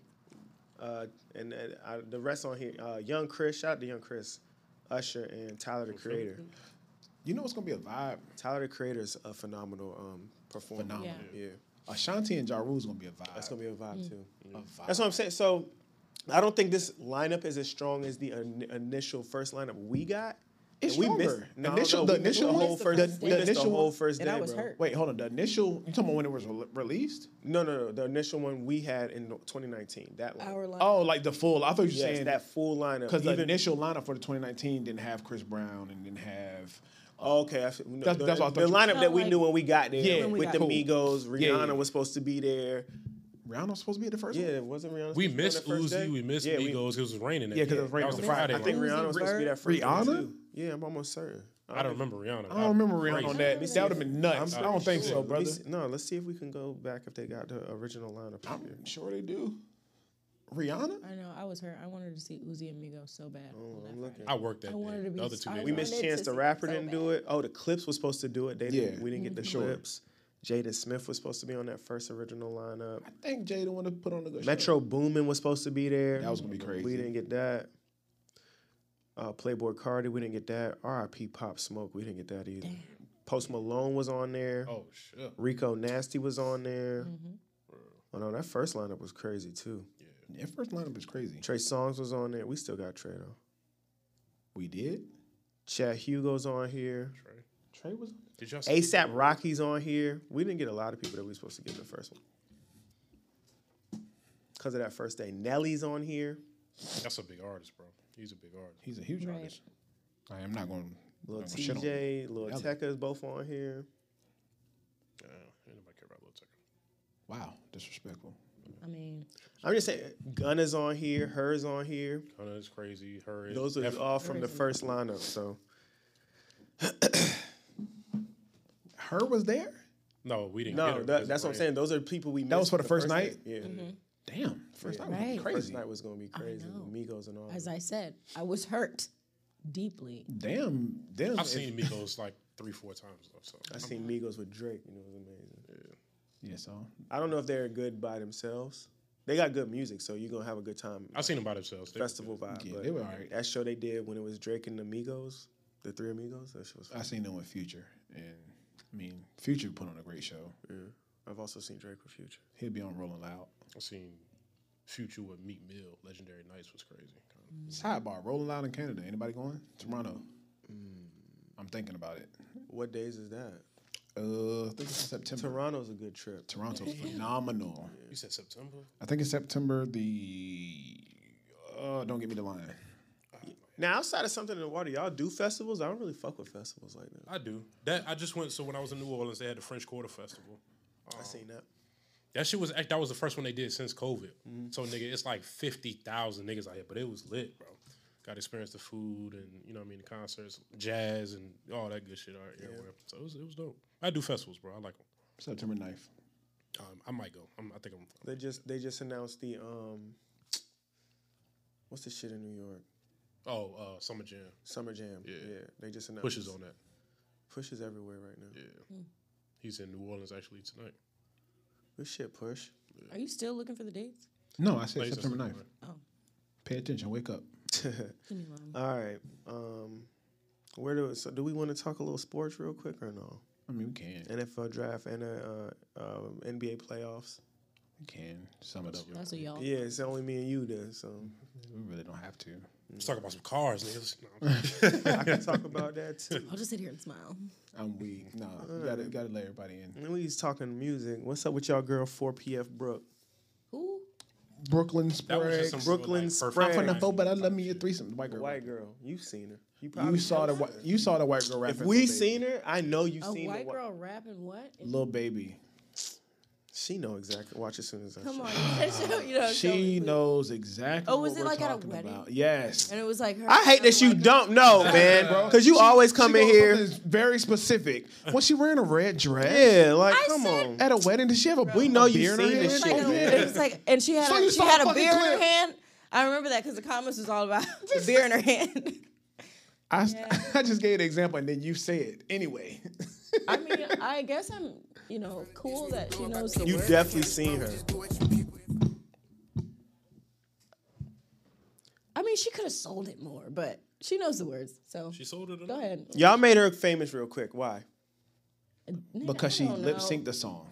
uh, and uh, uh, the rest on here. Uh, Young Chris. Shout out to Young Chris, Usher, and Tyler the Creator. You know it's gonna be a vibe. Tyler the Creator is a phenomenal um, performer. Phenomenal. Yeah. Ashanti and Ja Rule's gonna be a vibe. that's gonna be a vibe too. a vibe. That's what I'm saying. So I don't think this lineup is as strong as the in- initial first lineup we got. It's we stronger. no, Initial- no, the we missed initial whole one- first. the- we the missed initial the whole one- first and day, I was bro. hurt. Wait, hold on. The initial. You talking about when it was re- released? No, no, no. The initial one we had in 2019. That one. Our line. Oh, like the full. I thought you were yes, saying that full lineup. because the Even- initial lineup for the 2019 didn't have Chris Brown and didn't have. uh, Oh, okay, I, feel- no, That's- the, that's what I thought the you- lineup that we Like- knew when we got there. Yeah, with got the cool. Migos, Rihanna Yeah, yeah. was supposed to be there. Brown was supposed to be at the first Yeah, one. it wasn't Rihanna. supposed We to be on missed that first Uzi, day? we missed Yeah, we- Migos. 'cause it was raining. that Yeah, 'cause it day. was raining That was on the Friday. Friday. I think one. Rihanna was supposed to be that first. one, Rihanna? too. Yeah, I'm almost certain. I don't remember Rihanna. I don't remember Rihanna on that. remember That would have been nuts. I'm I don't pretty think so, sure. Let me brother. see- no, let's see if we can go back if they got the original lineup. up here. I'm sure they do. Rihanna? I know. I was hurt. I wanted to see Uzi and Migos so bad. Oh, on that I'm Friday. looking. I worked that. I day. wanted to be The other two I days. We wanted missed to Chance the see Rapper so didn't bad. do it. Oh, the Clips was supposed to do it. They didn't, Yeah. we didn't get the Sure. Clips. Jaden Smith was supposed to be on that first original lineup. I think Jada want to put on a good Metro Boomin was supposed to be there. That was gonna be crazy. We didn't get that. Uh, Playboy Cardi, we didn't get that. R.I.P. Pop Smoke, we didn't get that either. Post Malone was on there. Oh shit. Rico Nasty was on there. Oh no, that first lineup was crazy too. show. That first lineup is crazy. Trey Songs was on there. We still got Trey though. We did. Chad Hugo's on here. Trey was. Did y'all see? ASAP Rocky's on here. We didn't get a lot of people that we supposed to get in the first one. Because of that first day. Nelly's on here. That's a big artist, bro. He's a big artist. He's a huge Right. artist. I am not going. Lil to Oh, shit on him. TJ, Lil Nelly. Tekka's both on here. Yeah, ain't nobody care about Lil Tecca. Wow, disrespectful. I mean, I'm just saying, Gunna's on here, hers on here. Oh, Hunter is crazy. Her is Those are def- all from the first lineup. So Her was there. no, we didn't. get no, her that, because that's it what I'm rained. saying. Those are people we. That was missed for the first day. night? Yeah, Damn, first night Right. was first crazy. night was gonna be crazy. know. Migos and all. as that. I said, I was hurt deeply. Damn, damn. I've seen Migos like three, four times though. So I seen Migos with Drake, and it was amazing. Yeah, so I don't know if they're good by themselves. They got good music, so you're gonna have a good time. I've seen them by themselves. They- festival vibe. Yeah, but they were alright. That show they did when it was Drake and the Migos, the Three Amigos. That shit was. I Fun. seen them with Future, and I mean Future put on a great show. I've also seen Drake with Future. He'll be on Rolling Loud. I've seen Future with Meat Mill. Legendary Nights was crazy. Sidebar: Rolling Loud in Canada. Anybody going? Toronto. Mm. I'm thinking about it. What days is that? Uh, I think it's in September. Toronto's a good trip. Toronto's phenomenal. You said September. I think it's September the. Uh, don't give me the line. Now, outside of something in the water, y'all do festivals. I don't really fuck with festivals like that. I do that. I just went. So when I was in New Orleans, they had the French Quarter Festival. I seen that. That shit was act- that was the first one they did since COVID. So nigga, it's like fifty thousand niggas out here, but it was lit, bro. Got to experience the food and you know what I mean the concerts, jazz and all that good shit out everywhere. So it was, it was dope. I do festivals, bro. I like them. September 9th. Um, I might go. I'm, I think I'm. They just they just announced the um, what's the shit in New York? Oh, uh, Summer Jam Summer Jam. Yeah, they just announced pushes on that. Pushes everywhere right now. Yeah, he's in New Orleans actually tonight. This shit push. Are you still looking for the dates? No, I said Plays us September 9th. tomorrow. Oh. Pay attention. Wake up. Give me one. All right. Um, where do so do we want to talk a little sports real quick or no? I mean, we can. NFL draft and uh, uh, NBA playoffs. We can sum it up. That's a y'all. Yeah, it's only me and you then, so We really don't have to. Let's talk about some cars, niggas. No, I'm- I can talk about that too. I'll just sit here and smile. I'm weak. No, Uh. you gotta, gotta let everybody in. And we was talking music. What's up with y'all girl 4PF Brooke? Who? Brooklyn that was just Sprague. some Brooklyn perfect spread. I'm from the night. foe, but I love me a threesome. White girl. White girl, you seen her. You You saw the whi- you saw the white girl rapping. If we seen her, I know you A seen white the whi- girl rapping what? Little baby. She know exactly. Watch as soon as I Come show on, you. show- you know, show she knows exactly. Oh, was what it we're like at a talking wedding? about. Yes. And it was like her. I hate that you don't know, man, bro. Because you always come in here. Very specific. Was she wearing a red dress? Yeah, like come on. At a wedding, did she have a We know you beer in her seen hand? this shit, It man. was like, and she had So a, you she saw had the a fucking beer in her clip. hand. I remember that because the comments was all about the beer in her hand. I, I just gave an example, and then you say it anyway. I mean, I guess I'm, you know, cool that she knows the You word. definitely seen her. I mean, she could have sold it more, but she knows the words, so she sold it. Go ahead. Y'all made her famous real quick. Why? Because she don't lip know. synced the song.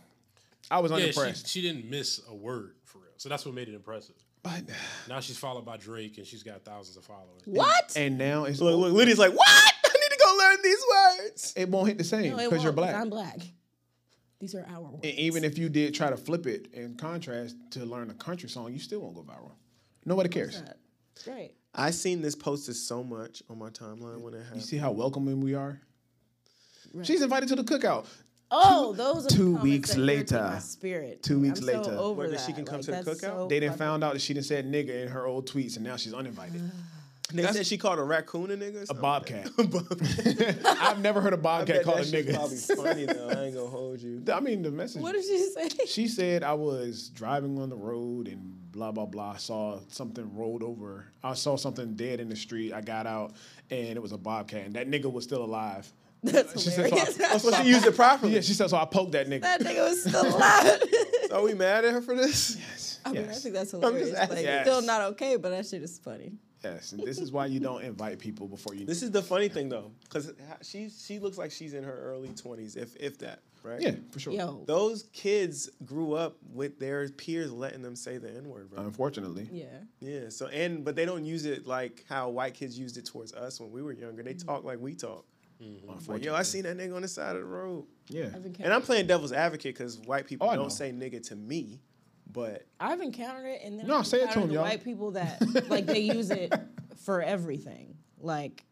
I was yeah, unimpressed. She, she didn't miss a word for real, so that's what made it impressive. But now she's followed by Drake, and she's got thousands of followers. What? And now it's look. look Lydia's like, what? I need to go learn these words. It won't hit the same No, it because you're won't, black. I'm black. These are our words. And even if you did try to flip it in contrast to learn a country song, you still won't go viral. Nobody cares. Right. I seen this posted so much on my timeline when it happened. You see how welcoming we are? She's invited to the cookout. Oh, those are the two comments weeks that irritate later. My spirit. Two Like, weeks I'm later. So over Wait, that that. she can come to Like, the that's cookout? so They didn't fucking- found out that she didn't say nigga in her old tweets, and now she's uninvited. Uh. They said she called a raccoon a nigga. or A something. bobcat. I've never heard a I bobcat bet called a that shit's nigga. Probably funny though. I ain't gonna hold you. I mean, the message. What did she say? She said I was driving on the road and blah blah blah. Saw something rolled over. I saw something dead in the street. I got out and it was a bobcat. And that nigga was still alive. That's She said, so I- hilarious. I'm supposed to use it properly. yeah, she said so. I poked that nigga. that nigga was still alive. So are we mad at her for this? I mean, I Yes. think that's hilarious. asking. Like, Yes. still not okay, but that shit is funny. Yes, and this is why you don't invite people before you. This is the funny thing though, because she she looks like she's in her early twenties, if if that, right? yeah, for sure. Yo. Those kids grew up with their peers letting them say the N word, Uh-huh. bro. Unfortunately, Yeah. Yeah. So and but they don't use it like how white kids used it towards us when we were younger. They Mm-hmm. talk like we talk. Like, unfortunately, yo, I seen that nigga on the side of the road. yeah. I've encountered, And I'm playing devil's advocate because white people Oh, I know. don't say nigga to me, but I've encountered it, and then No, I've say it to encountered 'em, the y'all. White people that like they use it for everything. Like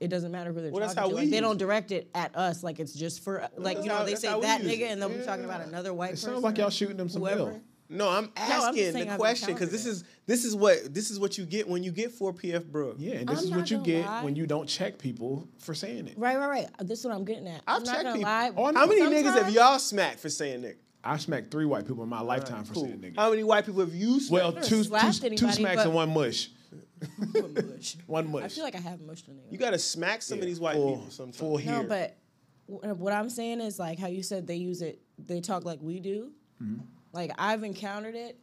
it doesn't matter who they're Well, that's talking to. how we Like, they use don't it. direct it at us. Like it's just for like that's you know how- they that's say how we that use nigga, it. and then we're talking about another white It person. sounds like y'all or shooting them some whoever. milk. No, I'm I'm just asking saying the I've question because encountered this it. is this is what this is what you get when you get four PF bro. Yeah, and this I'm is not what you gonna get lie. when you you don't check people for saying it. Right, right, right. This is what I'm getting at. I'm I've not checked gonna people. lie. Oh, I know. How many niggas have Sometimes- y'all smacked for saying nigga? I smacked three white people in my lifetime for Cool. saying nigga. How many white people have you smacked? well, never two, two, slapped two anybody, smacks but- and one mush. Mush. One mush. I feel like I have mushed a nigga. you gotta smack some of these white full, people sometimes. full here. No, but wh- what I'm saying is like how you said they use it, they talk like we do. Mm-hmm. Like I've encountered it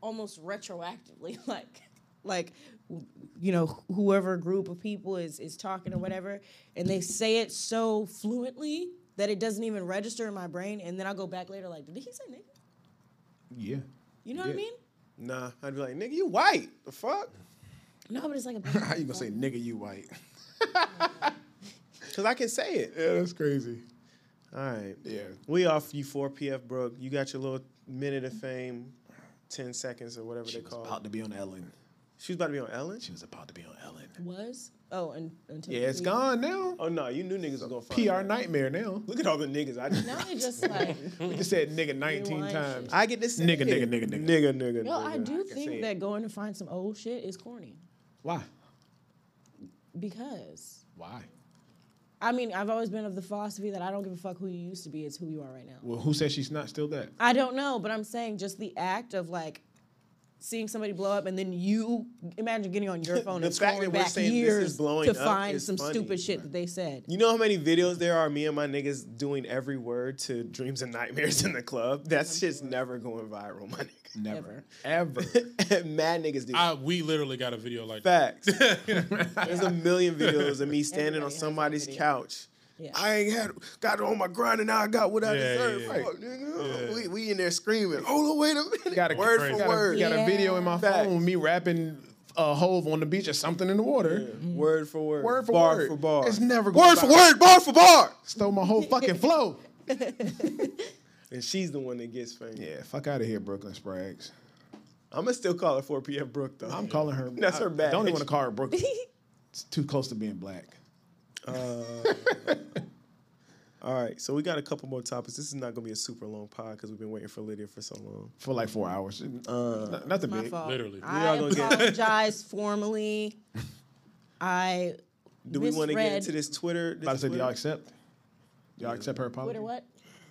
almost retroactively, like like w- you know wh- whoever group of people is is talking or whatever, and they say it so fluently that it doesn't even register in my brain, and then I'll go back later like, did he say nigga? yeah. You know what I Yeah. mean? Nah, I'd be like, nigga, you white. The fuck? No, but it's like a How you gonna say nigga? You white? Because I can say it. Yeah, that's crazy. All right. Yeah. We off you four PF Brooke. You got your little minute of fame, ten seconds or whatever She they was call about it. to be on Ellen. She was about to be on Ellen? She was about to be on Ellen. was oh and until Yeah, it's we- gone now. Oh no, you knew niggas was gonna find PR out. nightmare now. Look at all the niggas I just Now they just like We just said nigga 19 Rewind. times. I get this Nigga, nigga, nigga, nigga. nigga, nigga. yo. I nigga. do can say think it. that going to find some old shit is corny Why? because Why? I mean, I've always been of the philosophy that I don't give a fuck who you used to be, it's who you are right now. Well, who says she's not still that? I don't know, but I'm saying just the act of like seeing somebody blow up and then you imagine getting on your phone The and fact scrolling that we're back saying this years is blowing to up find is some funny. stupid shit that they said. You know how many videos there are me and my niggas doing every word to dreams and nightmares in the club? That shit's never going viral, my nigga. Never. Ever. Mad niggas do. I, we literally got a video like that. Facts. There's a million videos of me standing Everybody on has somebody's that video. couch. Yeah. I ain't had got on my grind and now I got what I Yeah, deserve. yeah, Fuck, nigga. We, we in there screaming. Hold on, wait a minute. word for got a- word. got a video in my Facts. phone, me rapping uh, Hove on the beach or something in the water. Mm-hmm. Word for word. Word for bar word. for bar. It's never going word for viral. word. Bar for bar. Stole my whole fucking flow. And she's the one that gets famous. Yeah, fuck out of here, Brooklyn Sprags. I'm gonna still call her 4 p.m. Brooke though. I'm calling her. That's her I- I bad. don't even want to call her Brooklyn. it's too close to being black. All right, so we got a couple more topics. This is not gonna be a super long pod because we've been waiting for Lydia for so long. For like four hours. Uh, N- nothing My big. fault. Literally. We I are gonna get- apologize formally. I do we want to get misread- into this Twitter? This About to say, do Twitter? y'all accept? Do y'all accept her apology? Twitter what?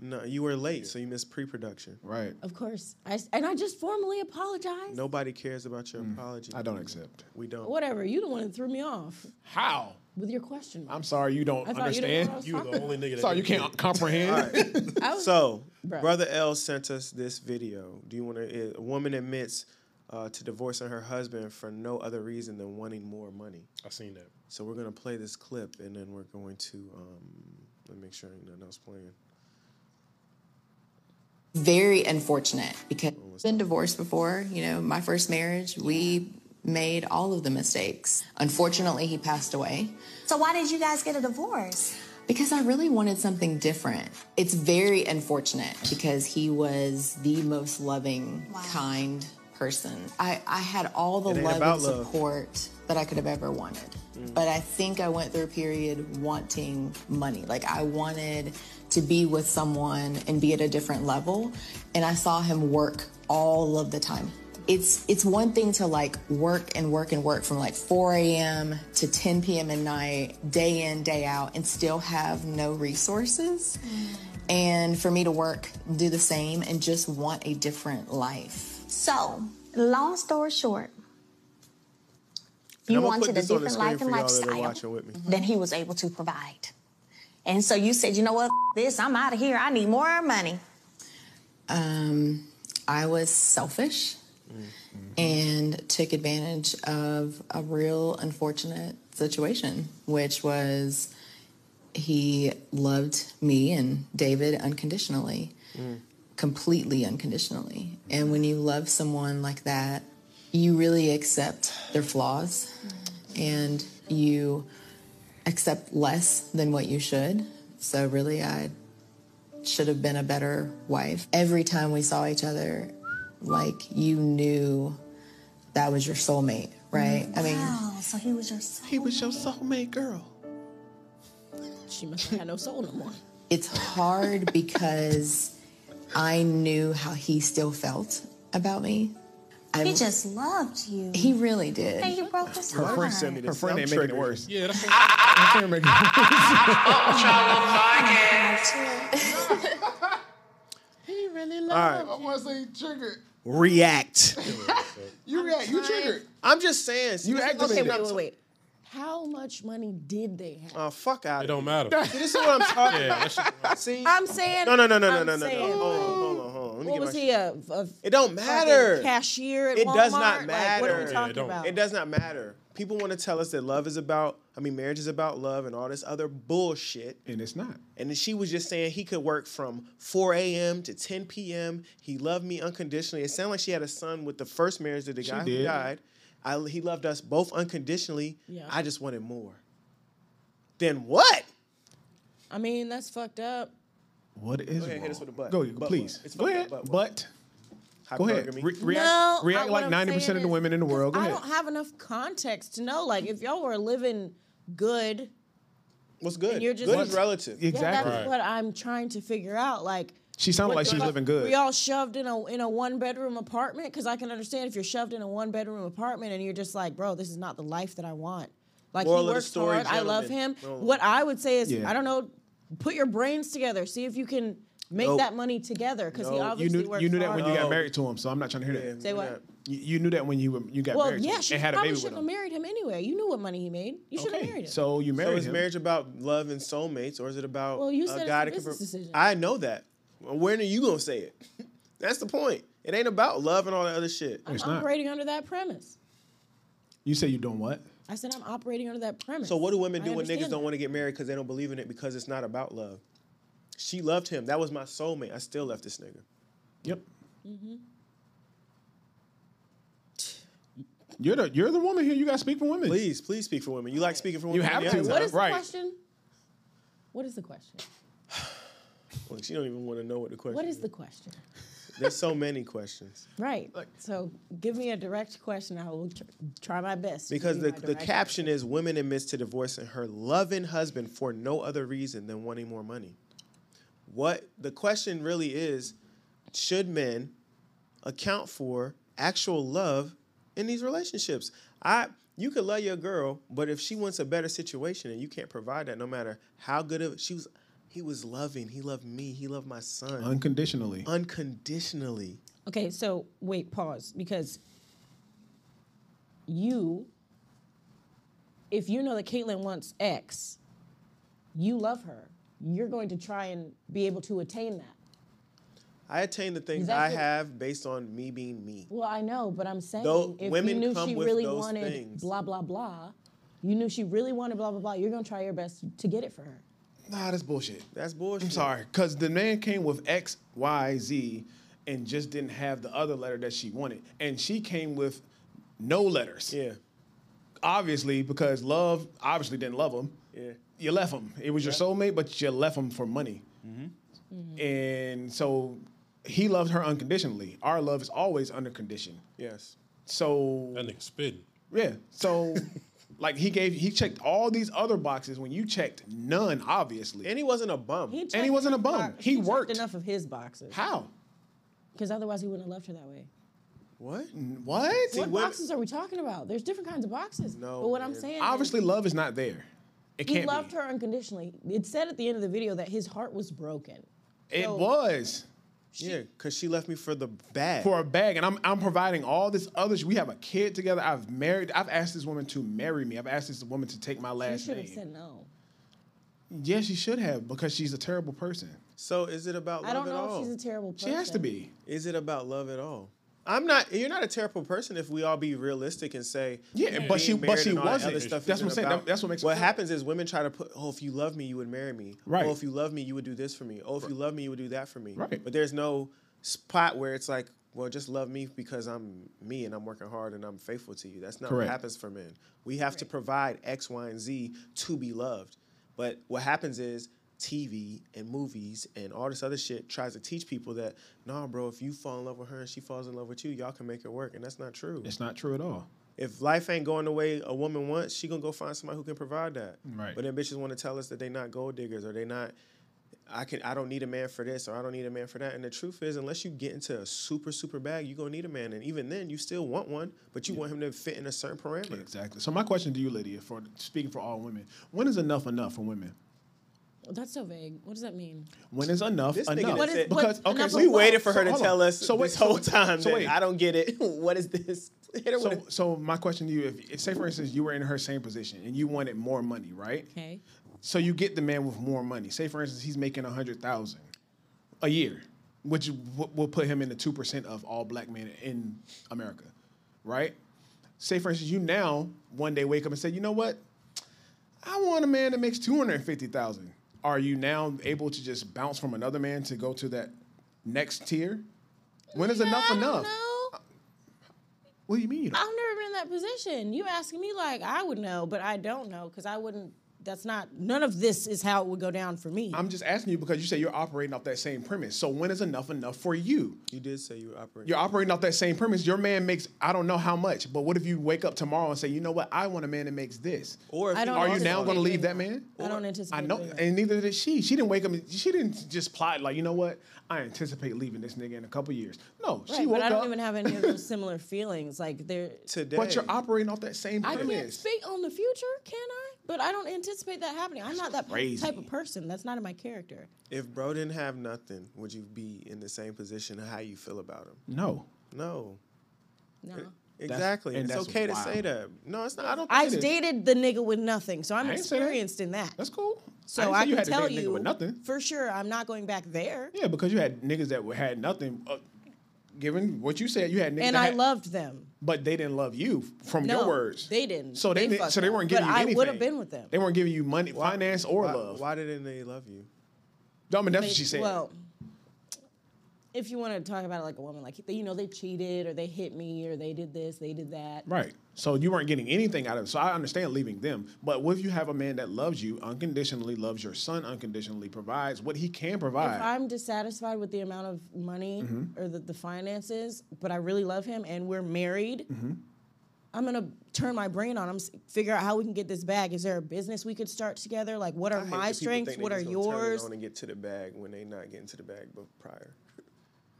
No, you were late, so you missed pre-production. Right. Of course. I s- and I just formally apologize. Nobody cares about your apology. I Mm, don't accept. We don't. Whatever. You the one that threw me off How? with your question. I'm sorry you don't I thought you didn't understand. know what I was You the talking only about. nigga that Sorry you didn't can't comprehend. I was- So, Bruh. brother L sent us this video. Do you want to? A woman admits uh, to divorcing her husband for no other reason than wanting more money. I've seen that. So we're gonna play this clip, and then we're going to um, let me make sure ain't nothing else playing. very unfortunate because I've been divorced before. You know, my first marriage, we made all of the mistakes. Unfortunately, he passed away So why did you guys get a divorce? because I really wanted something different. It's very unfortunate because he was the most loving, kind person. I, I had all It the ain't love about and love. support that I could have ever wanted. But I think I went through a period wanting money. Like I wanted to be with someone and be at a different level. And I saw him work all of the time. It's it's one thing to like work and work and work from like 4 a.m. to 10 p.m. at night, day in, day out, and still have no resources. And for me to work, do the same, and just want a different life. So, long story short, And you I'ma wanted a different life and for y'all that are lifestyle watching with me. than he was able to provide. And so you said, you know what, F- this, I'm out of here. I need more money. Um, I was selfish and took advantage of a real unfortunate situation, which was he loved me and David unconditionally, completely unconditionally. And when you love someone like that, you really accept their flaws and you accept less than what you should. So, really, I should have been a better wife. Every time we saw each other, like you knew that was your soulmate, right? I mean, Wow, so he was your soulmate. He was your soulmate girl. She must have had no soul no more. it's hard because I knew how he still felt about me. I, he just loved you. He really did. And you broke his heart. Her friend ain't making it worse. Yeah, that's Her friend making it worse. he really loved I want to say triggered. React. You react. You triggered. I'm just saying. You Okay, activated. wait, wait, wait. How much money did they have? Oh, fuck out. It don't matter. See, this is what I'm talking Yeah, about. that shit- See, I'm saying. No, no, no, no, no, I'm no, no, no. saying, Hold on, hold on, hold on. Let me What get my was shit. he a, a It don't matter. fucking cashier at it does Walmart? not Like, matter. what are we Yeah, talking it don't. about? It does not matter. People want to tell us that love is about, I mean, marriage is about love and all this other bullshit. And it's not. And then she was just saying he could work from 4 a.m. to 10 p.m. He loved me unconditionally. It sounded like she had a son with the first marriage to the She guy who did. died. I, he loved us both unconditionally. Yeah. I just wanted more. Then what? I mean, that's fucked up. What is Go ahead, hit us wrong? with the butt. Go, Butt, please. butt. It's Go fucked ahead. up, But, butt, go ahead. Hypergamy. Re- react No, I- react like what I'm 90% of saying the is- women in the world. Go I ahead. don't have enough context to know. Like, if y'all were living good, What's good? And you're just- good What's- is relative. Yeah, that's what I'm trying to figure out. Like, She sounded what like she the was fuck- living good. We all shoved in a in a one bedroom apartment because I can understand if you're shoved in a one bedroom apartment and you're just like, bro, this is not the life that I want. Like Moral of he the works story, hard. I love gentlemen. him. Moral of- What I would say is, Yeah. I don't know, put your brains together, see if you can make Nope. that money together because he you obviously knew works you knew that when you hard. got married to him, so I'm not trying to hear that. Say what? You, you knew that when you were, you got well, married. to yeah, him she and had a probably baby with shouldn't have him. married him anyway. You knew what money he made. You should have married him. So you So married is him. marriage about love and soulmates, or is it about Well, you a said it's guy a that can business pro- decision. I know that. Well, When are you gonna say it? That's the point. It ain't about love and all that other shit. I'm operating under that premise. You say you doing what? I said I'm operating under that premise. So what do women I do when niggas understand don't want to get married because they don't believe in it because it's not about love? She loved him. That was my soulmate. I still left this nigga. Yep. Mhm. You're the you're the woman here. You got to speak for women. Please, please speak for women. You like speaking for You women. have Yeah. to. What is right. the question? What is the question? Look, she don't even want to know what the question. What is the question? There's so many questions. Right. so give me a direct question. I will tr- try my best. to Because give the, you my the direct- caption is women admits to divorcing her loving husband for no other reason than wanting more money. What the question really is should men account for actual love in these relationships? I you could love your girl, but if she wants a better situation and you can't provide that no matter how good of she was he was loving, he loved me, he loved my son. Unconditionally. Unconditionally. Okay, so wait, pause because you, if you know that Caitlyn wants X, you love her. You're going to try and be able to attain that. I attain the things I Exactly. have based on me being me. Well, I know, but I'm saying Though if women you knew come she with really those wanted things. blah blah blah, you knew she really wanted blah blah blah. You're gonna try your best to get it for her. Nah, that's bullshit. That's bullshit. I'm sorry, because the man came with X, Y, Z, and just didn't have the other letter that she wanted, and she came with no letters. Yeah. Obviously, because love obviously didn't love him. Yeah. You left him. It was your soulmate, but you left him for money. Mm-hmm. And so he loved her unconditionally. Our love is always under condition. Yes. So that nigga spitting. Yeah. So like he gave he checked all these other boxes when you checked none, obviously. And he wasn't a bum. and he wasn't a bum. He checked worked. enough of his boxes. How? Because otherwise, he wouldn't have left her that way. What? What? what boxes are we talking about? There's different kinds of boxes. No, but what I'm saying, is Obviously, love is not there. It he can't loved her unconditionally. It said at the end of the video that his heart was broken. be. It was. yeah, because she left me for the bag. For a bag, and I'm I'm providing all this other. sh- We have a kid together. I've married. I've asked this woman to marry me. I've asked this woman to take my She last should name. have said no. yeah, she should have because she's a terrible person. So is it about love I don't at know all? if she's a terrible person. She has to be. Is it about love at all? I'm not. You're not a terrible person if we all be realistic and say. Yeah, being but she- but married she and all that wasn't. other stuff That's what I'm isn't saying. That- about- that's what makes it What cool. happens is women try to put. Oh, if you love me, you would marry me. Right. Oh, if you love me, you would do this for me. Oh, if you love me, you would do that for me. Right. But there's no spot where it's like, well, just love me because I'm me and I'm working hard and I'm faithful to you. That's not Correct. what happens for men. We have to provide X, Y, and Z to be loved. But what happens is TV and movies and all this other shit tries to teach people that, nah, bro, if you fall in love with her and she falls in love with you, y'all can make it work. And that's not true. It's not true at all. If life ain't going the way a woman wants, she gonna go find somebody who can provide that. Right. But then bitches want to tell us that they not gold diggers or they not. I can. I don't need a man for this or I don't need a man for that. And the truth is, unless you get into a super super bag, you are gonna need a man. And even then, you still want one, but you want him to fit in a certain parameter. Exactly. So my question to you, Lydia, for speaking for all women, when is enough enough for women? Well, Oh, that's so vague. What does that mean? When is enough This nigga enough? done said- because okay, we waited for her to hold on. tell us So this wait, whole so- time so that wait. I don't get it. what is this? Hit her with So, so my question to you, if, if say for instance you were in her same position and you wanted more money, right? Okay. So you get the man with more money. Say for instance he's making a hundred thousand a year, which w- will put him in the two percent of all black men in America, right? Say for instance you now one day wake up and say, you know what? I want a man that makes two hundred fifty thousand. Are you now able to just bounce from another man to go to that next tier? When is enough enough? No, What do you mean? You don't? I've never been in that position. You asking me like I would know, but I don't know because I wouldn't. That's not. None of this is how it would go down for me. I'm just asking you because you say you're operating off that same premise. So when is enough enough for you? You did say you were operating. You're operating off that same premise. Your man makes I don't know how much, but what if you wake up tomorrow and say, you know what, I want a man that makes this? Or if are I he don't you anticipate now going to leave doing that man? I don't I anticipate. know, doing that. and neither did she. She didn't wake up. She didn't just plot like, you know what? I anticipate leaving this nigga in a couple years. No, she Right, woke but I don't up. even have any of those similar feelings. Like there, today. But you're operating off that same I premise. can't speak on the future, can I? But I don't anticipate that happening. I'm not that p- crazy. type of person. That's not in my character. If bro didn't have nothing, would you be in the same position of how you feel about him? No. No. No. Exactly. and it's that's okay to wild. say that. No, it's not. I don't. Think I it is. dated the nigga with nothing, so I'm I ain't say that. experienced in that. That's cool. I So ain't I, say you can had to tell date a nigga you with nothing. for sure. I'm not going back there, Yeah, because you had niggas that had nothing. Uh, given what you said, you had niggas and that I had- loved them. But they didn't love you from no, your words. they didn't. So they, didn't, fucked so they up. weren't giving but you I anything. would have been with them. They weren't giving you money, finance, or why, love. Why didn't they love you? No, I mean, that's what she said. Well, if you want to talk about it like a woman, like you know, they cheated or they hit me or they did this, they did that. right. So you weren't getting anything out of it. So I understand leaving them. But what if you have a man that loves you unconditionally, loves your son unconditionally, provides what he can provide? If I'm dissatisfied with the amount of money Mhm. Mm-hmm. Mm-hmm. or the, the finances, but I really love him and we're married, Mhm. I'm gonna turn my brain on. I'm s- figure out how we can get this bag. Is there a business we could start together? Like, what I are hate my when people think strengths? they What are just gonna turn it yours? on and get to the bag when they not getting to the bag, but prior.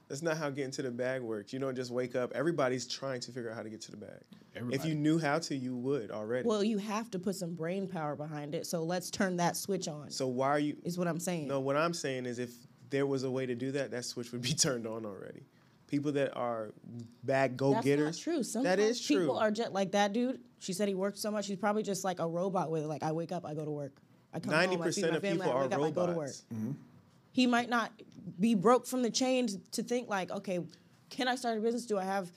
That's not how getting to the bag works. You don't just wake up. Everybody's trying to figure out how to get to the bag. If Everybody. you knew how to, you would already. Well, you have to put some brain power behind it. So let's turn that switch on. so why are you? Is what I'm saying. No, what I'm saying is if there was a way to do that, that switch would be turned on already. People that are bag go That's getters. not true. Sometimes That is true. People are just like that dude. She said he worked so much. He's probably just like a robot with it. Like I wake up, I go to work. I come home, I feed 90% my of family, people I are wake up, I go to work. robots. He might not be broke from the chains to think like, okay, can I start a business? Do I have?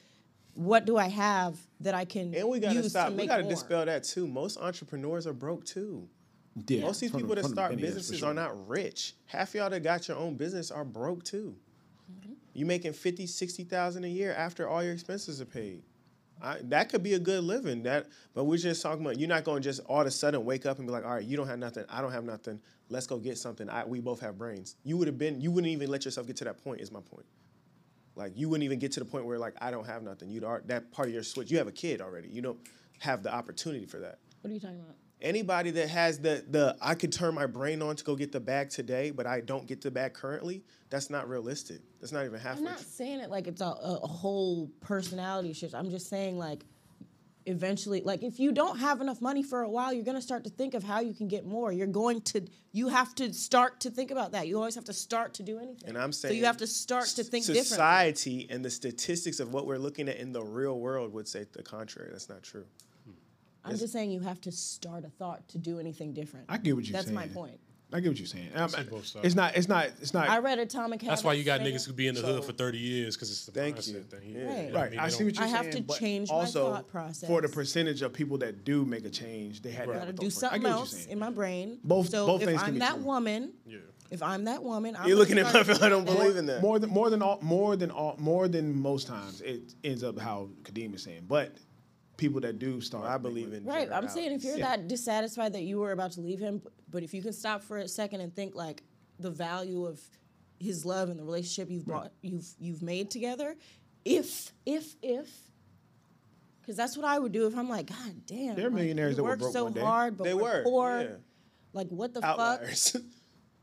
What do I have that I can And we gotta use stop. to We make gotta more? dispel that too. Most entrepreneurs are broke too. Yeah, Most of these from the- people that from the start beginning, yes, for businesses sure. are not rich. Half of y'all that got your own business are broke too. You making 50, 60,000 a year after all your expenses are paid. I, that could be a good living. That, but we're just talking about you're not going to just all of a sudden wake up and be like, all right, you don't have nothing, I don't have nothing. Let's go get something. I, we both have brains. You would have been, you wouldn't even let yourself get to that point. Is my point. Like you wouldn't even get to the point where like I don't have nothing. You'd ar- that part of your switch. You have a kid already. You don't have the opportunity for that What are you talking about? anybody that has the the I could turn my brain on to go get the bag today, but I don't get the bag currently, that's not realistic. That's not even halfway. I'm not true. saying it like it's a, a a whole personality shift. I'm just saying like eventually like if you don't have enough money for a while you're going to start to think of how you can get more you're going to you have to start to think about that you always have to start to do anything And I'm so saying you have to start to think different society and the statistics of what we're looking at in the real world would say the contrary. That's not true. i'm just saying you have to start a thought to do anything different I get what you're that's my saying. point I get what you're saying. Um, see both sides. it's not. It's not. It's not. i read atomic Habits. That's why you got today. niggas who be in the hood for 30 years because it's the mindset thing. Yeah. Right. You know what Right, mean? I They see don't- what you're I saying. have to but change my also, thought process. For the percentage of people that do make a change, they had i that. gotta with do those folks. I something get what you're else saying. in my brain Both- so both if things can i'm be that true. woman if i'm that woman I'm You're looking at gonna my start- I don't and- believe in that. More than more than all more than all more than most times it ends up how Kadeem is saying. But people that do start, I believe in Right. I'm saying if you're that dissatisfied that you were about to leave him, b- but if you can stop for a second and think like the value of his love and the relationship you've brought, you've you've made together, if if if, because that's what I would do if I'm like, God damn, They're like, millionaires we that were worked broke so one day." hard, but They we're were, poor. yeah. Like what the fuck? Outliers.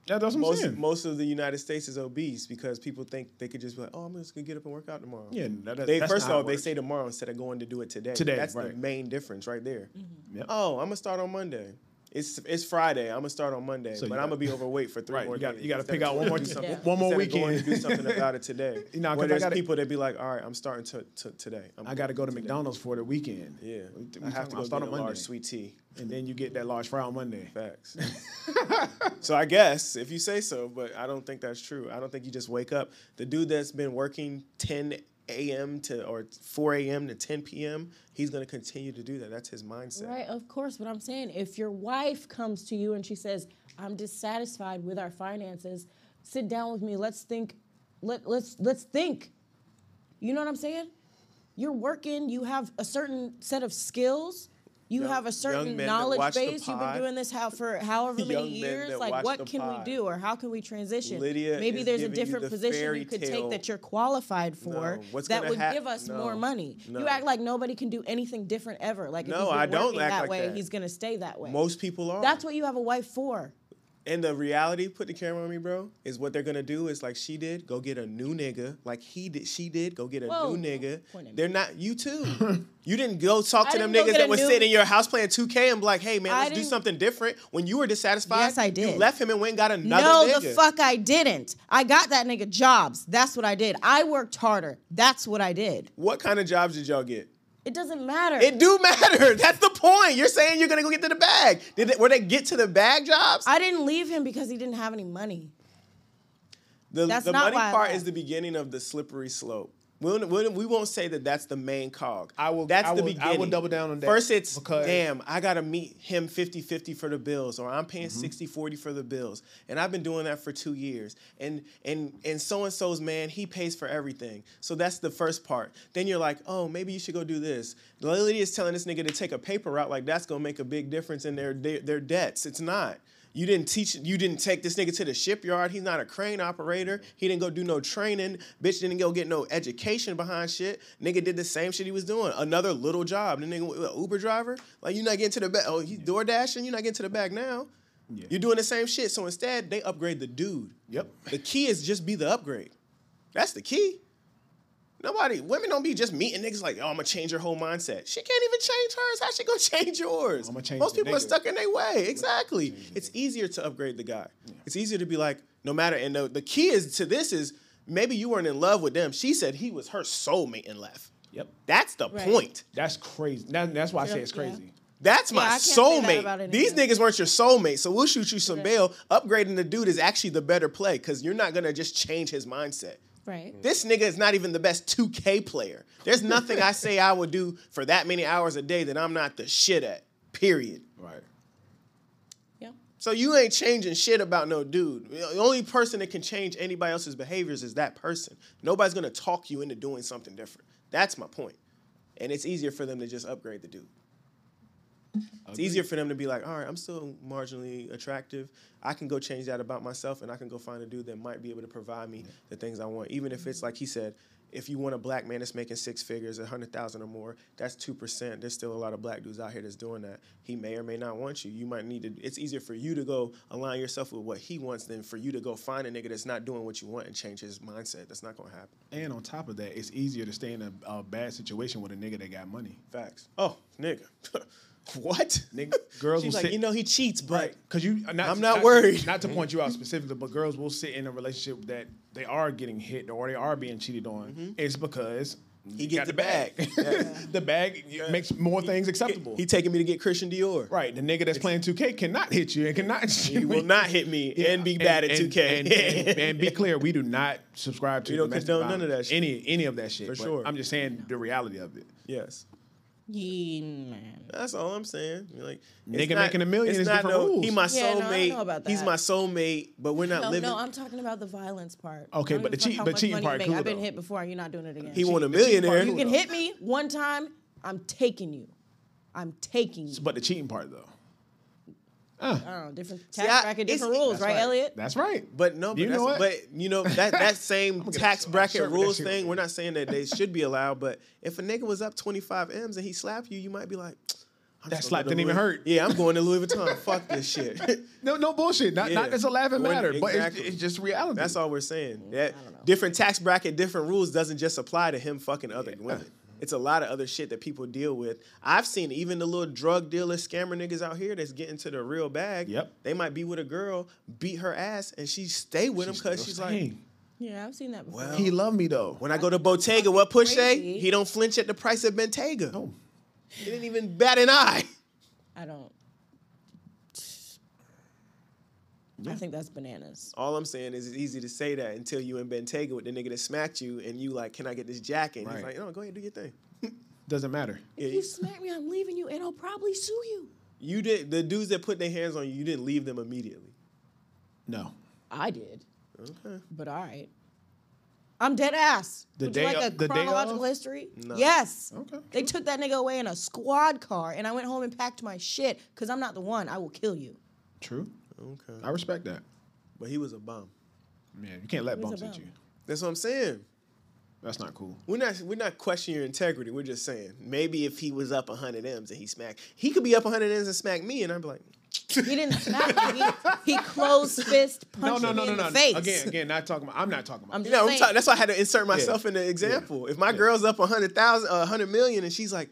that's what I'm most, saying. Most of the United States is obese because people think they could just be like, "Oh, I'm just gonna get up and work out tomorrow." Yeah, that- that- they that's first not how of it all they works. say tomorrow instead of going to do it today. Today, that's the right. main difference right there. Yep. Oh, I'm gonna start on Monday. It's it's Friday. I'm gonna start on Monday, So you but I'm gotta- gonna be overweight for three Right, more you gotta- days. you gotta instead pick of out one more doing t- something- one more instead of going weekend. to do something about it today. Nah, 'cause I Where there's gotta- people that be like, "All right, I'm starting to, to today. I'm I got to go to today." McDonald's for the weekend. Yeah, We- we I talking have to about go start get on a large Monday. sweet tea. and then you get that large fry on Monday. Facts. so I guess if you say so, but I don't think that's true. I don't think you just wake up. The dude that's been working 10 a.m. to or 4 a.m. to 10 p.m. He's gonna continue to do that. That's his mindset. Right, of course. But I'm saying if your wife comes to you and she says, I'm dissatisfied with our finances, sit down with me, let's think, let, let's let's think. You know what I'm saying? You're working, you have a certain set of skills, you Young- have a certain young men that knowledge watch the base. You've been pod. doing this how for however many Young men years. that Like watch what the can pod. we do or how can we transition? Lydia Maybe is there's a giving you different the position fairy you could tale- take that you're qualified for No, what's that gonna would hap- give us more no, money. no. You act like nobody can do anything different ever. Like if No, he's been I don't working act that like way, that. he's gonna stay that way. Most people are. That's what you have a wife for. And the reality, put the camera on me, bro, is what they're gonna do is like she did, go get a new nigga. Like he did, she did, go get a Whoa, new nigga. point at me. They're not you too. you didn't go talk I to them didn't go niggas get that a was new- sitting in your house playing 2K and be like, hey man, I let's do didn't- something different. When you were dissatisfied, Yes, I did. You left him and went and got another no, nigga. the fuck I didn't. I got that nigga jobs. That's what I did. I worked harder. That's what I did. What kind of jobs did y'all get? It doesn't matter. It do matter. That's the point. You're saying you're gonna go get to the bag. Did they, were they get to the bag jobs? I didn't leave him because he didn't have any money. The, That's the not money why I part left. is the beginning of the slippery slope. We'll, we'll, we won't say that that's the main cog. I will. That's I the will- I beginning. will double down on that First, it's because- damn. I gotta meet him 50-50 for the bills, or I'm Mm-hmm. paying 60-40 for the bills, and I've been doing that for two years. And and and so and so's man, he pays for everything. So that's the first part. Then you're like, oh, maybe you should go do this. Lily is telling this nigga to take a paper route, like that's gonna make a big difference in their their, their debts. It's not. You didn't teach. You didn't take this nigga to the shipyard. He's not a crane operator. He didn't go do no training. Bitch didn't go get no education behind shit. Nigga did the same shit he was doing. Another little job. The nigga wa- Uber driver. Like you not getting to the back. Oh, he's door dashing. You're not getting to the back now. You're doing the same shit. So instead, they upgrade the dude. Yep. The key is just be the upgrade. That's the key. Nobody, women don't be just meeting niggas like, oh, I'm gonna change your whole mindset. She can't even change hers. How she gonna change yours? I'm gonna change Most the people are nigga. stuck in their Mm-hmm. way. Exactly. It's easier to upgrade the guy. It's easier to be like, no matter. And the, the key is to this is maybe you weren't in love with them. She said he was her soulmate and left. Yep. That's the point. That's crazy. That- that's why I say it's crazy. That's Yeah, my I can't say that about soulmate. anything. These niggas weren't your soulmate, so we'll shoot you some bail. Upgrading the dude is actually the better play because you're not gonna just change his mindset. Right. This nigga is not even the best 2K player. There's nothing I say I would do for that many hours a day that I'm not the shit at. Period. Right. Yeah. So you ain't changing shit about no dude. The only person that can change anybody else's behaviors is that person. Nobody's gonna talk you into doing something different. That's my point. And it's easier for them to just upgrade the dude. It's easier for them to be like, all right, I'm still marginally attractive. I can go change that about myself and I can go find a dude that might be able to provide me the things I want. Even if it's like he said, if you want a black man that's making six figures, a hundred thousand or more, that's two percent. There's still a lot of black dudes out here that's doing that. He may or may not want you. You might need to it's easier for you to go align yourself with what he wants than for you to go find a nigga that's not doing what you want and change his mindset. That's not gonna happen. And on top of that, it's easier to stay in a, a bad situation with a nigga that got money. Facts. Oh, nigga. what? Nigga, girls She's will like, sit, you know he cheats, but Cause you, uh, not, I'm not worried. Not to point you out specifically, but girls will sit in a relationship that they are getting hit or they are being cheated on. It's because he Mm-hmm. get got the the bag. the bag makes more things acceptable. He taking me to get Christian Dior. Right. The nigga that's playing 2K cannot hit you and cannot. He will not hit me and be bad at 2K. And, and- and be clear, we do not subscribe to We don't domestic condone none of violence, that shit. Any any of that shit. For but sure. I'm just saying the reality of it. Yes. Yeah, man. That's all I'm saying. Like Nigga making a million It's is not different no, rules. He my Yeah, no, I soulmate. know about He's that. my soulmate, but we're not no, living. no, I'm talking about the violence part. Okay, I don't but the give a fuck cheat- how but much cheating money you part make. cool, I've been though. hit before. You're not doing it again. He want a The cheating part millionaire. You cool, can though. hit me one time. I'm taking you. I'm taking you. But the cheating part though. Uh. I don't know. Different See, tax I- bracket, it's- different rules, that's right, Elliot? That's right. But no, but, You that's, know what? but you know that that same gonna tax sh- I'm bracket serving that rules shit. thing. We're not saying that they should be allowed, but if a nigga was up 25 m's and he slapped you, you might be like, I'm That just gonna slap go to didn't even Louis- hurt. Yeah, I'm going to Louis Vuitton. Fuck this shit. No, no bullshit. Not Yeah. not as a laughing Going- matter, but exactly. it's, it's just reality. That's all we're saying. That different tax bracket, different rules doesn't just apply to him fucking other women. It's a lot of other shit that people deal with. I've seen even the little drug dealer scammer niggas out here that's getting to the real bag. Yep. They might be with a girl, beat her ass, and she stay with him because she's like, Yeah, I've seen that before. well, he loved me though. when I go to Bottega, what push Crazy. they? He don't flinch at the price of Bentega. No. He didn't even bat an eye. I don't. I think that's bananas. All I'm saying is it's easy to say that until you in Bentega with the nigga that smacked you and you like, can I get this jacket? And he's Right. like, no, go ahead, do your thing. Doesn't matter. Yeah, If you smack me, I'm leaving you, and I'll probably sue you. You did the dudes that put their hands on you. You didn't leave them immediately. No. I did, Okay. but all right. I'm dead ass. The Would you day like o- a the day chronological of? history? No. Yes. Okay. They took that nigga away in a squad car, and I went home and packed my shit because I'm not the one. I will kill you. True. Okay. I respect that. But he was a bum. Man, you can't let He was a bumps hit bum. you. That's what I'm saying. That's not cool. We're not we're not questioning your integrity. We're just saying maybe if he was up 100 m's and he smacked, he could be up 100 m's and smack me, and I'd be like, He didn't smack me. He, he closed fist punched me in the face. Again, again, not talking about I'm not talking about I'm just no, I'm saying. talking- that's why I had to insert myself in the example. If my girl's up 100,000, uh, 100 million, and she's like,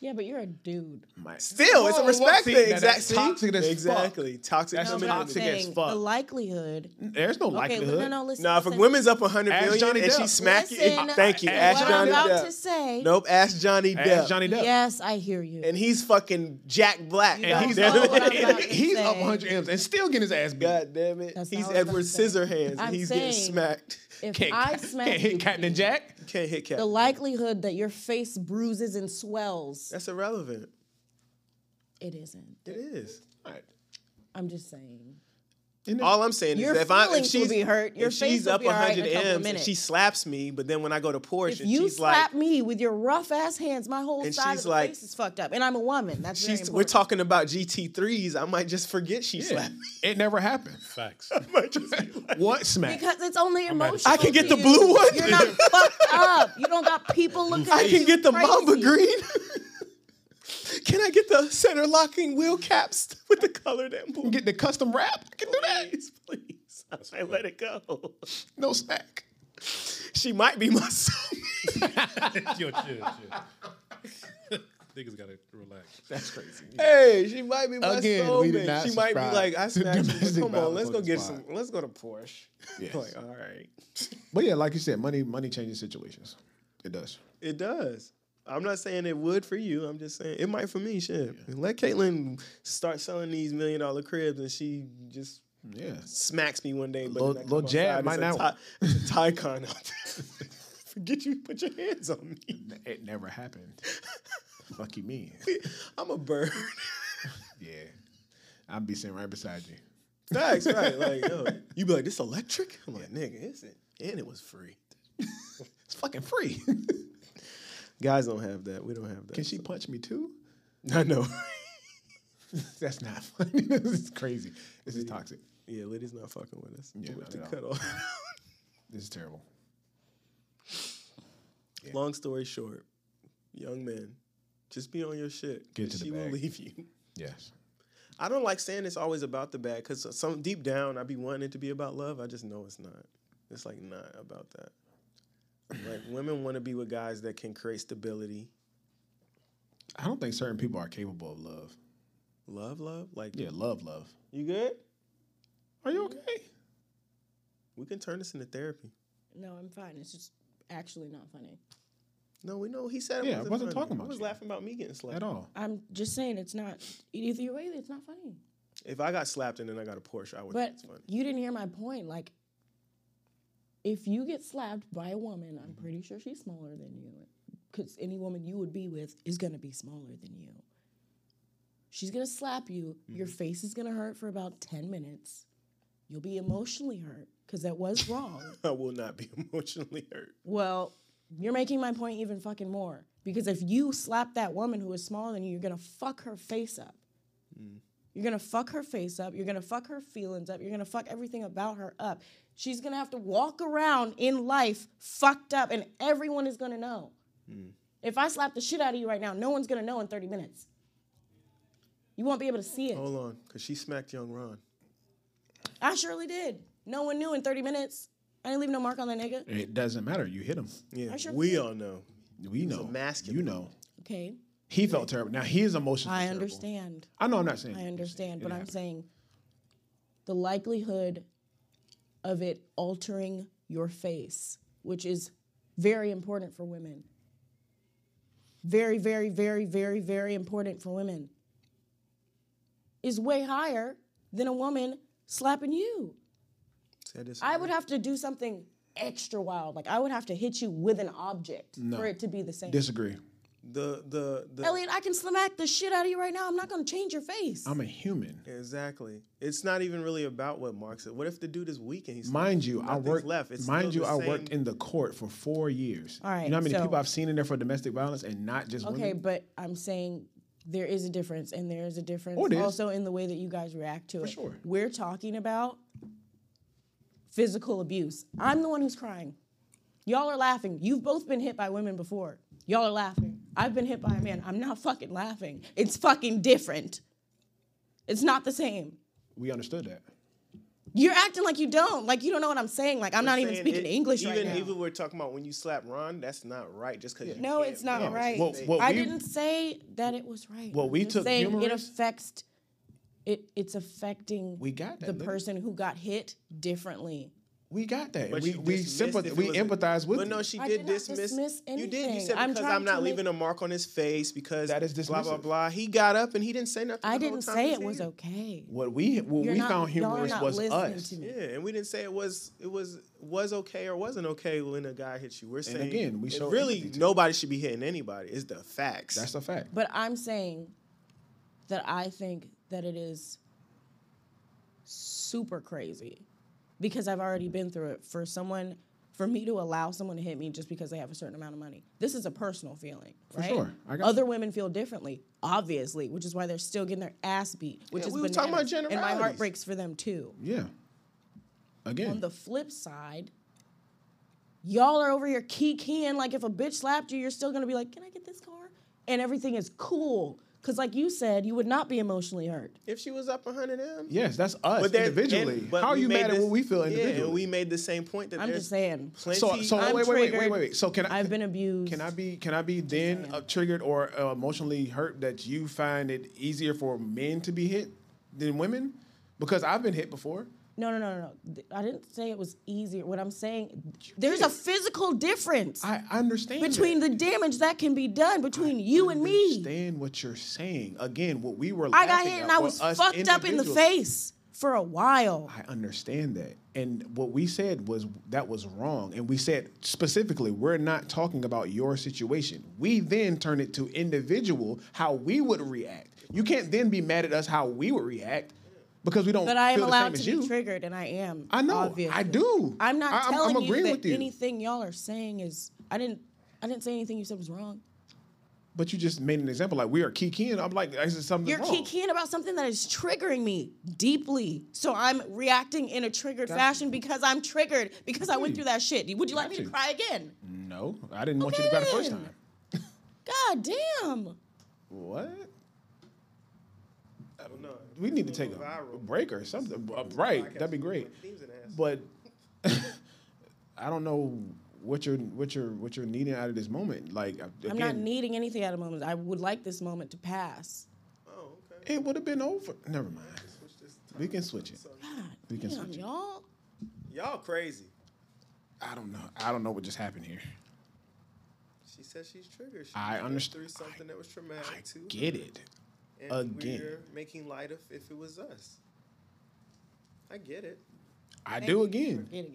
yeah, but you're a dude. still, it's Whoa, whoa, a whoa. respect See, thing. now Exact- that's see? toxic as fuck. exactly. Toxic. That's femininity. toxic as Saying fuck. The likelihood. There's no Okay, likelihood. no, no, listen. Nah, if a listen. women's up 100 Ask million Johnny and she Depp. smack you, it- Listen, thank you. Ask what I'm Johnny about Depp. to say- Nope, ask Johnny Depp. Ask Johnny Depp. Yes, I hear you. And he's fucking Jack Black. And he's Damn know what I'm it. about to he's up say. 100 m's and still getting his ass beat. God damn it. That's not he's what I was Edward Scissorhands. I'm and he's getting saying, smacked. If Can't, I can't smack you, hit Captain Jack. Can't hit Cap. the likelihood that your face bruises and swells, That's irrelevant. it isn't. It is. All right. I'm just saying. All I'm saying Your is that if, I, if feelings will she's be hurt. Your if face she's will up be all right in a couple of m's, and she minutes. slaps me, but then when I go to Porsche, If and you she's slap like, me with your rough ass hands, my whole And side she's of the like- face is fucked up, and I'm a woman. That's very she's, we're important. talking about GT3s, I might just forget she Yeah. slapped me. It never happened. Facts. what smack? because it's only emotional. I can get the to you. blue one. You're not fucked up. You don't got people looking. I at can you get the crazy. Mamba green. can I get the center locking wheel caps with the colored emblem? Get the custom wrap. I can do that. Please, please. I let it go. No smack. She might be my soulmate. Yo, chill, chill. Niggas gotta relax. That's crazy. Hey, she might be my Again, soulmate. we did not she might be subscribe like, I to smacked you. domestic Come on, violence let's on go the get spot. some. Let's go to Porsche. Yes. Like, all right, But yeah, like you said, money money changes situations. It does. it does. I'm not saying it would for you. I'm just saying it might for me. Shit, let Caitlyn start selling these million dollar cribs, and she just yeah smacks me one day. But Lil- then I come Lil Jab outside, might it's a not- Ti- it's a Tycon out there. Forget you put your hands on me. It never happened. Lucky me. I'm a bird. Yeah. I'd be sitting right beside you. Facts, right? Like, yo, you be like, this electric? I'm like, nigga, it's it, and it was free. It's fucking free. Guys don't have that. We don't have that. Can she punch me too? I know. That's not funny. this is crazy. This is toxic. yeah, Liddy's not fucking with us. Yeah, We have not to at cut all. off. This is terrible. Long story short, young man, just be on your shit. Get to 'cause the she bag. will leave you. Yes. I don't like saying it's always about the bag because some deep down I be wanting it to be about love. I just know it's not. It's like not about that. Like women want to be with guys that can create stability. I don't think certain people are capable of love. Love, love, like Yeah, love, love. You good? Are you okay? We can turn this into therapy. No, I'm fine. It's just actually not funny. No, we know he said it Yeah, I wasn't, wasn't funny. talking about I was you. laughing about me getting slapped At all. I'm just saying it's not either way. It's not funny. If I got slapped and then I got a Porsche, I would But think it's funny. you didn't hear my point. Like, if you get slapped by a woman, Mm-hmm. I'm pretty sure she's smaller than you. Because any woman you would be with is going to be smaller than you. She's going to slap you. Your Mm-hmm. face is going to hurt for about 10 minutes. You'll be emotionally hurt because that was wrong. I will not be emotionally hurt. well, you're making my point even fucking more. Because if you slap that woman who is smaller than you, you're going to fuck her face up. You're gonna fuck her face up. You're gonna fuck her feelings up. You're gonna fuck everything about her up. She's gonna have to walk around in life fucked up, and everyone is gonna know. If I slap the shit out of you right now, no one's gonna know in 30 minutes. You won't be able to see it. Hold on, because she smacked young Ron. I surely did. No one knew in 30 minutes. I didn't leave no mark on that nigga. It doesn't matter. You hit him. Yeah, I sure we did. all know. We know. You know. Okay, He felt terrible. Now he is emotional. I understand. I know I'm not saying I understand, It but I'm happened. saying the likelihood of it altering your face, which is very important for women. Very, very, very, very, very important for women. Is way higher than a woman slapping you. Said this. I would have to do something extra wild. Like I would have to hit you with an object No. for it to be the same. Disagree. the the the Elliot, I can smack the shit out of you right now. I'm not gonna change your face. I'm a human. exactly. It's not even really about what Mark said. What if the dude is weak and he's Mind you, I nothing's worked. left. It's mind still you, the I same- worked in the court for four years. All right, You know how many so- people I've seen in there for domestic violence and not just Okay, women. but I'm saying there is a difference, and there is a difference Oh, it is. also in the way that you guys react to it. sure. We're talking about physical abuse. I'm the one who's crying. Y'all are laughing. You've both been hit by women before. Y'all are laughing. I've been hit by a man. I'm not fucking laughing. It's fucking different. It's not the same. We understood that. You're acting like you don't. Like you don't know what I'm saying. Like I'm not I'm even saying speaking it- English even, right now. Even we're talking about when you slap Ron, that's not right. Just because you No, can't it's not win. right. Well, what I we- didn't say that it was right. What I'm we just took saying it humorous- affects it. It's affecting We got that, the Lily. person who got hit differently. We got that. But we you we dismissed it sympathize. We because it- empathize with. But you. no, she I did did not dismiss. dismiss You did. You anything. said I'm because trying I'm not to make- leaving a mark on his face because That is blah blah dismissive. blah. He got up and he didn't say nothing. I the whole didn't time say he it was said okay. what we what You're we not- found y'all are humorous not was listening us. to me. Yeah, and we didn't say it was it was was okay or wasn't okay when a guy hits you. We're saying again, we it show really empathy to- nobody should be hitting anybody. It's the facts. That's a fact. But I'm saying that I think that it is super crazy because I've already been through it. For someone, for me to allow someone to hit me just because they have a certain amount of money, this is a personal feeling, For right? sure. I got Other women feel differently, obviously, which is why they're still getting their ass beat. Which Yeah, is we were talking about bananas. and my heart generalities. breaks for them too. Yeah. On Again. the flip side, y'all are over here kikiing. Like if a bitch slapped you, you're still gonna be like, "Can I get this car?" And everything is cool. Cause like you said, you would not be emotionally hurt. If she was up 100 M, Yes, that's us individually. and- but How are we you made mad at this- what we feel Yeah, individually? and we made the same point that I'm there's just saying. plenty. so so I'm Oh, wait, wait, wait, wait, triggered. wait. So can I? I've been abused. Can I be? Can I be then uh, triggered or uh, emotionally hurt that you find it easier for men to be hit than women? Because I've been hit before. No, no, no, no, no. Th- I didn't say it was easier. What I'm saying, there's a physical difference. I understand between the damage that can be done between you and me. Understand what you're saying. Again, what we were. I got laughing hit at and I were was us fucked up in the individuals. face for a while. I understand that. And what we said was that was wrong. And we said specifically, we're not talking about your situation. We then turn it to individual how we would react. You can't then be mad at us how we would react because we don't. But I am feel the allowed same as to you. be triggered, and I am. I know. I do. I'm not I- I'm- telling I'm you agreeing that with you. anything y'all are saying is. I didn't. I didn't say anything you said was wrong. But you just made an example like we are kikiing. I'm like, is something You're wrong? kikiing about something that is triggering me deeply, so I'm reacting in a triggered Got fashion because I'm triggered because I went through that shit. Would you like me to Got you. cry again? No, I didn't want you to cry the first then. time. God damn. What? I don't know. We need to take a break or something. Uh, Right, that'd be great. But I don't know what you're what you're what you're needing out of this moment. Like uh, again, I'm not needing anything at a moment. I would like this moment to pass. Oh, it would have been over. Never mind. We can switch it. we can Damn, switch it. y'all. Y'all crazy. I don't know. I don't know what just happened here. She said she's triggered. She I went underst- Through something that was traumatic to Get her. it? And Again. we're making light of if it was us. I get it. I Thank do you again.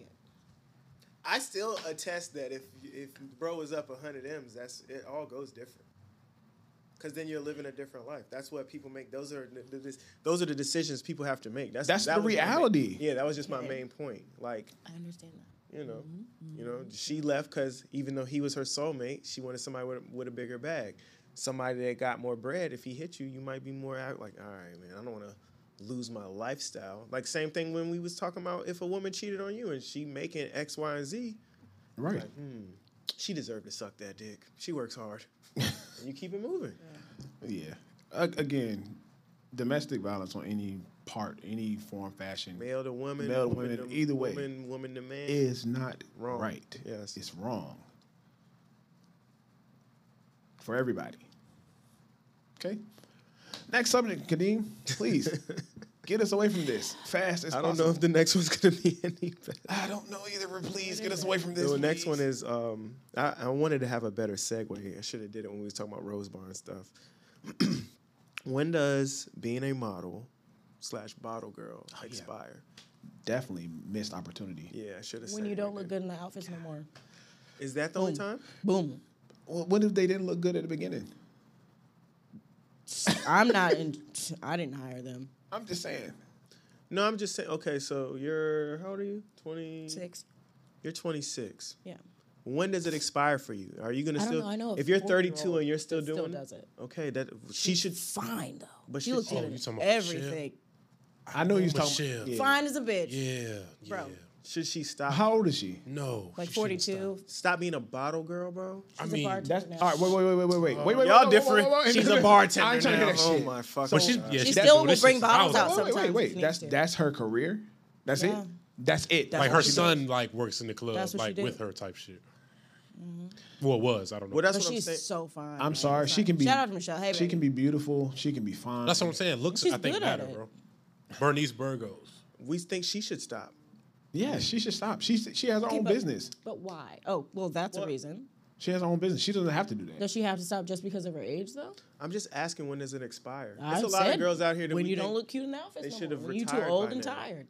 I still attest that if if bro is up 100 m's, that's it. All goes different. Cause then you're living a different life. That's what people make. Those are the- the, this- those are the decisions people have to make. That's That's that the was my main- reality. yeah, that was just my main point. Like I understand that. you know, you know, she left because even though he was her soulmate, she wanted somebody with, with a bigger bag, somebody that got more bread. If he hit you, you might be more out like, all right, man, I don't want to lose my lifestyle. Like same thing when we was talking about if a woman cheated on you and she making X, Y, and Z, Right. like, hmm, she deserved to suck that dick. She works hard. and you keep it moving. Yeah. A- again, domestic violence on any part, any form, fashion, Male to woman, male to woman women, to- either way, woman, woman to man. is not Wrong. right. Yes. It's wrong for everybody. Okay. Next subject, Kadeem. Please get us away from this fast as I don't know possible. if the next one's gonna be any better. I don't know either. but Please get us away from this. So the next please. one is um, I, I wanted to have a better segue here. I should have did it when we was talking about Rose Bar and stuff. when does being a model slash bottle girl Oh, expire? definitely missed opportunity. Yeah, I should have When said. you don't look good in the outfits no more. Is that the only time? Boom. Well, what if they didn't look good at the beginning? I'm not in. I didn't hire them. I'm just saying. No, I'm just saying. Okay, so you're how old are you? Twenty Six. You're 26. Yeah. When does it expire for you? Are you gonna I don't still? know. I know a if you're 32 four-year-old and you're still that still doing does it. Okay, that she should fine though. But she should looked she- good Oh, at you talking about everything. I know you was Michelle. talking. yeah. Fine as a bitch. Yeah, Bro. Should she stop? How old is she? No. Like 42. Stop being a bottle girl, bro. I mean, That's all right. Wait, wait, wait, wait, wait, wait, wait, wait. Y'all wait, wait, different. wait, wait, wait. She's a bartender. I ain't trying to now. hear that Oh shit. my fucking But she's- God. yeah, She that's still what will this bring is bottles about. out Oh, Wait, wait, sometimes. if wait. she That's needs to. that's her career. That's Yeah. it. That's it. like her what she does. son like works in the club, That's what she Mm-hmm. like did. with her type shit. Well, was I don't know. Well, that's But what I'm she's saying. so fine. I'm man. sorry. She can be. Shout out to Michelle. Hey, She baby. can be beautiful. She can be fine. That's what I'm saying. Looks, She's I think, good at matter, it. bro. Bernice Burgos. we think she should stop. Yeah, she should stop. She she has her Okay, own but- business. But why? Oh, well, that's a What? reason. She has her own business. She doesn't have to do that. Does she have to stop just because of her age, though? I'm just asking when does it expire? I There's a lot of said, girls out here that when we you think don't look cute in the outfits, they no should more. have when you're too retired old by and now. tired.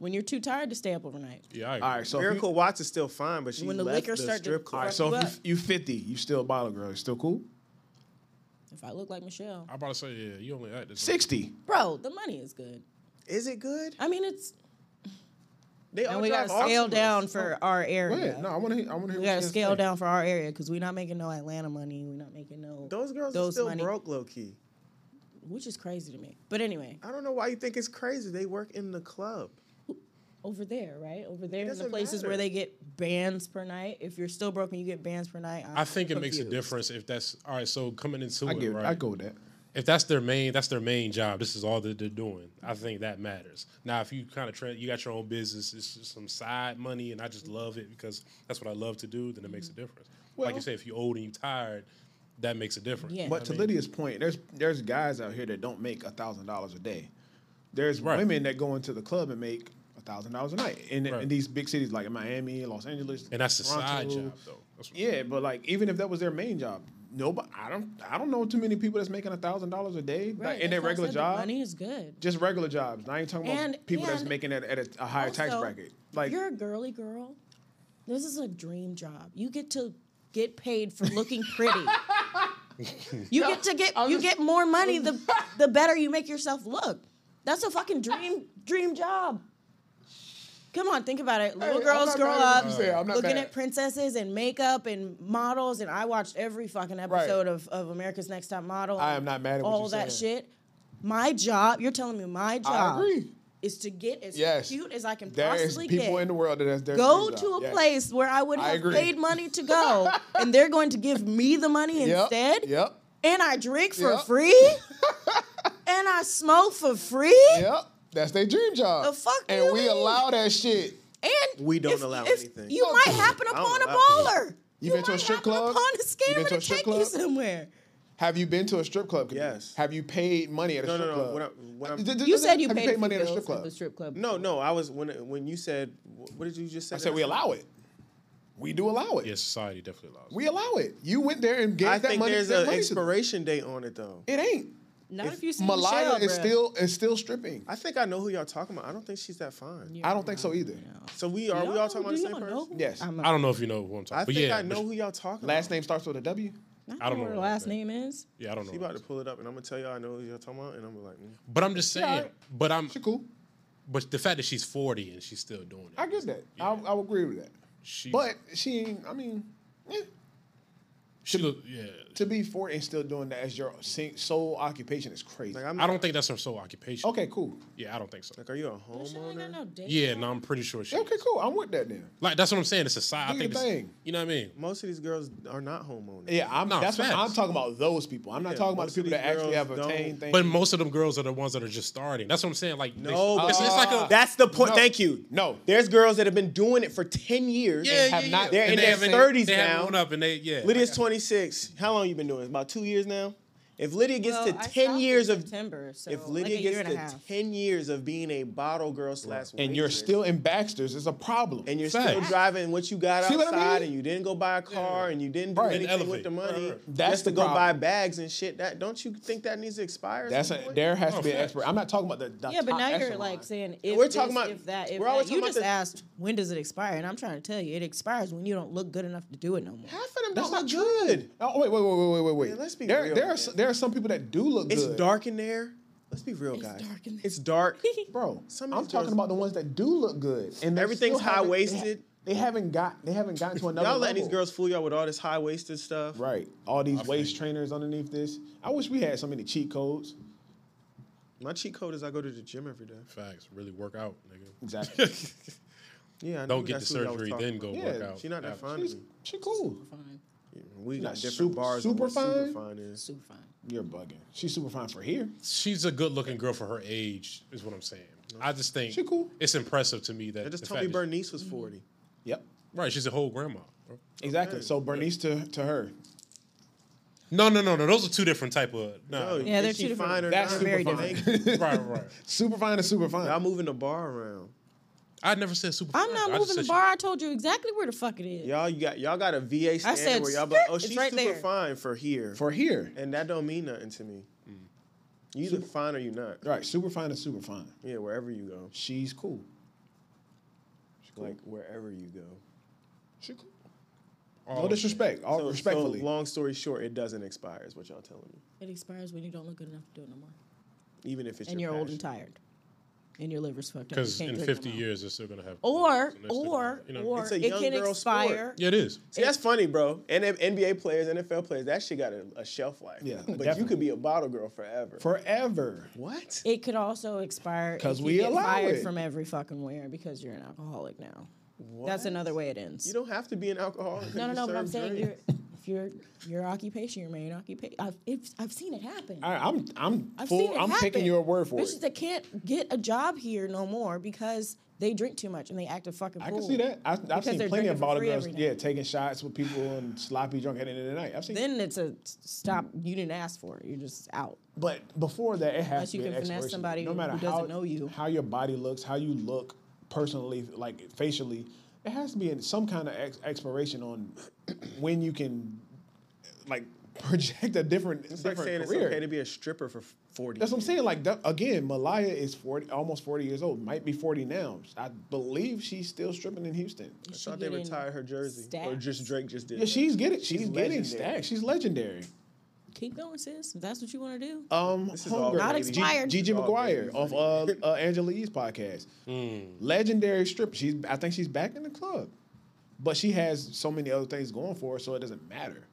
when you're too tired to stay up overnight. Yeah, I All right, so if you, Miracle Watts is still fine, but she When the left liquor the start to strip all club. right, so you if you, you 50, you still a bottle girl. You still cool. If I look like Michelle, I'm about to say, yeah, you only act this 60. bro, the money is good. Is it good? I mean, it's. They and we gotta scale down for our area. ahead. No, I want to. I want to hear. what We you gotta guys scale think. down for our area because we're not making no Atlanta money. We're not making no Those girls are those still money, broke, low key. which is crazy to me. But anyway, I don't know why you think it's crazy. They work in the club. over there, right? Over there, in the doesn't places matter. where they get bans per night. If you're still broken, you get bans per night. I'm I think it makes a confused. difference if that's all right. So coming into I it, get- right? I go with that. If that's their main, that's their main job. This is all that they're doing. I think that matters. Now, if you kind of tra- you got your own business, it's just some side money, and I just love it because that's what I love to do. Then it Mm-hmm. makes a difference. like Well- you say, if you're old and you're tired, that makes a difference. But to I mean, Lydia's point, there's there's guys out here that don't make a thousand dollars a day. There's Right. women that go into the club and make a thousand dollars a night in, in these big cities like Miami, Los Angeles, and that's the side Toronto. job though. That's what- Yeah, but like even if that was their main job, nobody. I don't. I don't know too many people that's making a thousand dollars a day like, Right, in their that's why I regular said the job. Money is good. Just regular jobs. Now I ain't talking about And- people that's and making it at a, a higher tax Also, bracket. Like you're a girly girl. This is a dream job. You get to get paid for looking pretty. you get to get you get more money the the better you make yourself look. That's a fucking dream dream job. Come on, think about it. Little Hey, I'm girls not grow mad at what up you said. I'm not looking mad. at princesses and makeup and models, and I watched every fucking episode of, of America's Next Top Model. I am not mad at what all you that said. shit. My job, you're telling me my job agree. is to get as Yes. cute as I can there is possibly people get in the world that that's their go dream to job. a Yes. place where I would I have agree. paid money to go, and they're going to give me the money Yep, instead. Yep. And I drink for Yep. free. and I smoke for free. Yep. That's their dream job. The fuck and you we mean? allow that shit. And We don't If- allow if anything. you might happen I don't upon a allow Oh, baller. You, been to a strip club? Upon a You been scammer to to a strip take club? you somewhere. Have you been to a strip club? Yes. Have you paid money at a No, strip no, no. club? When I, when I'm, Did- did- You did- said you have you paid paid for money at a strip bills at club? the strip club. No, no. I was when when you said wh- what did you just say? I said we allow it. We do allow it. Yeah, society definitely allows. We allow it. You went there and gave I that think money. there's that an money to- expiration date on it though. It ain't. Not if, you see Malaya Michelle, is bruh. still is still stripping. I think I know who y'all talking about. I don't think she's that fine. I don't think so either. So we are we all talking about the do same y'all person? know Yes. I'm I don't know if you know who I'm talking. I but think yeah, I know but- who y'all talking Last name starts with a W. I don't know. her her last name is. Yeah, I don't know. She about to pull it up, and I'm gonna tell y'all I know who y'all talking about, and I'm like, mm. But I'm just She saying. alright. But I'm. She cool. But the fact that she's 40 and she's still doing it. I get that. I, I would agree with that. She, But she, ain't- I mean, eh, she look. Yeah. to be four and still doing that as your sing- sole occupation is crazy. I don't think that's her sole occupation. Okay, cool. Yeah, I don't think so. Like, are you a Yeah, no, I'm pretty sure she. Okay, cool. I'm with that then. Like that's what I'm saying. It's a side. I Look at think. the it's- thing. You know what I mean? Most of these girls are not homeowners. Yeah, I'm. No, that's what facts. I'm talking about. Those people. I'm not Yeah, talking about most the people of that these actually have girls don't. attained things. But most of them girls are the ones that are just starting. That's what I'm saying. Like No, they, it's, it's like a that's the point. No. Thank you. No, there's girls that have been doing it for ten years. Yeah, and yeah, have yeah. not. They're And in they their haven't- thirties they haven't now. grown up and they yeah. Lydia's 26. How long you been doing? it? About two years now. If Lydia gets Well, to I ten stopped years in of September, so if like Lydia a year gets and a to half. ten years of being a bottle girl slash and you're waitress, still in Baxter's. It's a problem. and you're still driving what you got See what I outside, mean? and you didn't go buy a car, and you didn't do Right. anything Elevate. with the money That's just the to go problem. buy bags and shit. That don't you think that needs to expire? at That's some a, point? there has to be an expert. I'm not talking about the, the Yeah, but top now you're echelon. like saying if We're this, talking about- if that if we're that. always you talking just about the- asked when does it expire, and I'm trying to tell you it expires when you don't look good enough to do it no more. Half of them That's don't not look true. good. Oh wait, wait, wait, wait, wait, wait, wait. Yeah, let's be there, real, There are man. s- there are some people that do look It's good. dark in there. Let's be real, guys. It's dark, bro. Some of I'm these talking girls- about the ones that do look good, and they Everything's still haven't- high-waisted. They, ha- they haven't got they haven't gotten to another. Y'all letting level. these girls fool y'all with all this high waisted stuff. Right. All these waist trainers underneath this. I wish we had so many cheat codes. My cheat code is I go to the gym every day. Facts really work out, nigga. Exactly. Yeah, I Don't knew get the that's who y'all was surgery, talking then go about. work out. She not that fine. She's, she cool. We Not got different super- bars. on super what fine? Super fine is. Super fine. You're bugging. She's super fine for here. She's a good looking girl for her age, is what I'm saying. I just think She cool. it's impressive to me that They just the told fact me that- Bernice was forty. Yep. right, she's a whole grandma. bro. Exactly. So Bernice to, to her. No, no, no, no. Those are two different type of. No, No, no. Yeah, they're is she two different- fine or That's not? super Very fine. different. right, right. Super fine and super fine. Y'all moving the bar around. I never said super. I'm not I just moving said the she- bar. I told you exactly where the fuck it is. Y'all, you got y'all got a VA standard said, where y'all be like, "Skirt, oh, it's she's right super there." fine for here, For here. and that don't mean nothing to me. Mm. You either fine or you not. Right. Super fine and super fine. Yeah, wherever you go, She's cool. She's cool. like wherever you go. she cool. All no of disrespect. All Oh, Oh, So- so respectfully. long story short, it doesn't expire. Is what y'all telling me. It expires when you don't look good enough to do it no more, Even if it's and your you're old passion. and tired. and your liver's fucked up. You Because can't in drink 50 no more. years, it's still going to have. Or so they're still gonna or have- you know what I mean? or it can expire. Yeah, it is. See, that's funny, bro. And if NBA players, NFL players, that shit got a, a shelf life. Yeah, but you definitely. could be a bottle girl forever. Forever. What? It could also expire 'Cause if you we get allow fired it. from every fucking where because you're an alcoholic now. That's What? another way it ends. You don't have to be an alcoholic. no, no, You no. But I'm serve saying drinks. your if your your occupation, your main occupation. I've it's, I've seen it happen. I, I'm I'm I've seen full. it I'm happen. taking your word for Bitches it. that can't get a job here no more because they drink too much and they act a fucking I fool. can see that. I, I've Because seen they're plenty drinking of for bottle free girls, every day. yeah, taking shots with people and sloppy drunk at the end of the night. I've seen. Then it's a s- stop. You didn't ask for it. You're just out. But before that, it has Unless to you be an can finesse exploration. somebody no matter who how, doesn't know you, how your body looks, how you look personally, like facially, it has to be in some kind of ex- exploration on when you can, like, project a different It's like different saying career. it's okay to be a stripper for 40. That's what I'm saying. Like that, again, Malaya is forty, almost forty years old. Might be forty now. I believe she's still stripping in Houston. I thought they retired her jersey, or just Drake just did. Yeah, that. she's getting she's, getting legendary. stacked. She's legendary. Keep going, sis. If that's what you want to do. Um, This is all homegirl, Not G- expired. Gigi All McGuire off of uh, Angela Yee's podcast, Hmm. legendary stripper. She's I think she's back in the club, but she has so many other things going for her, so it doesn't matter.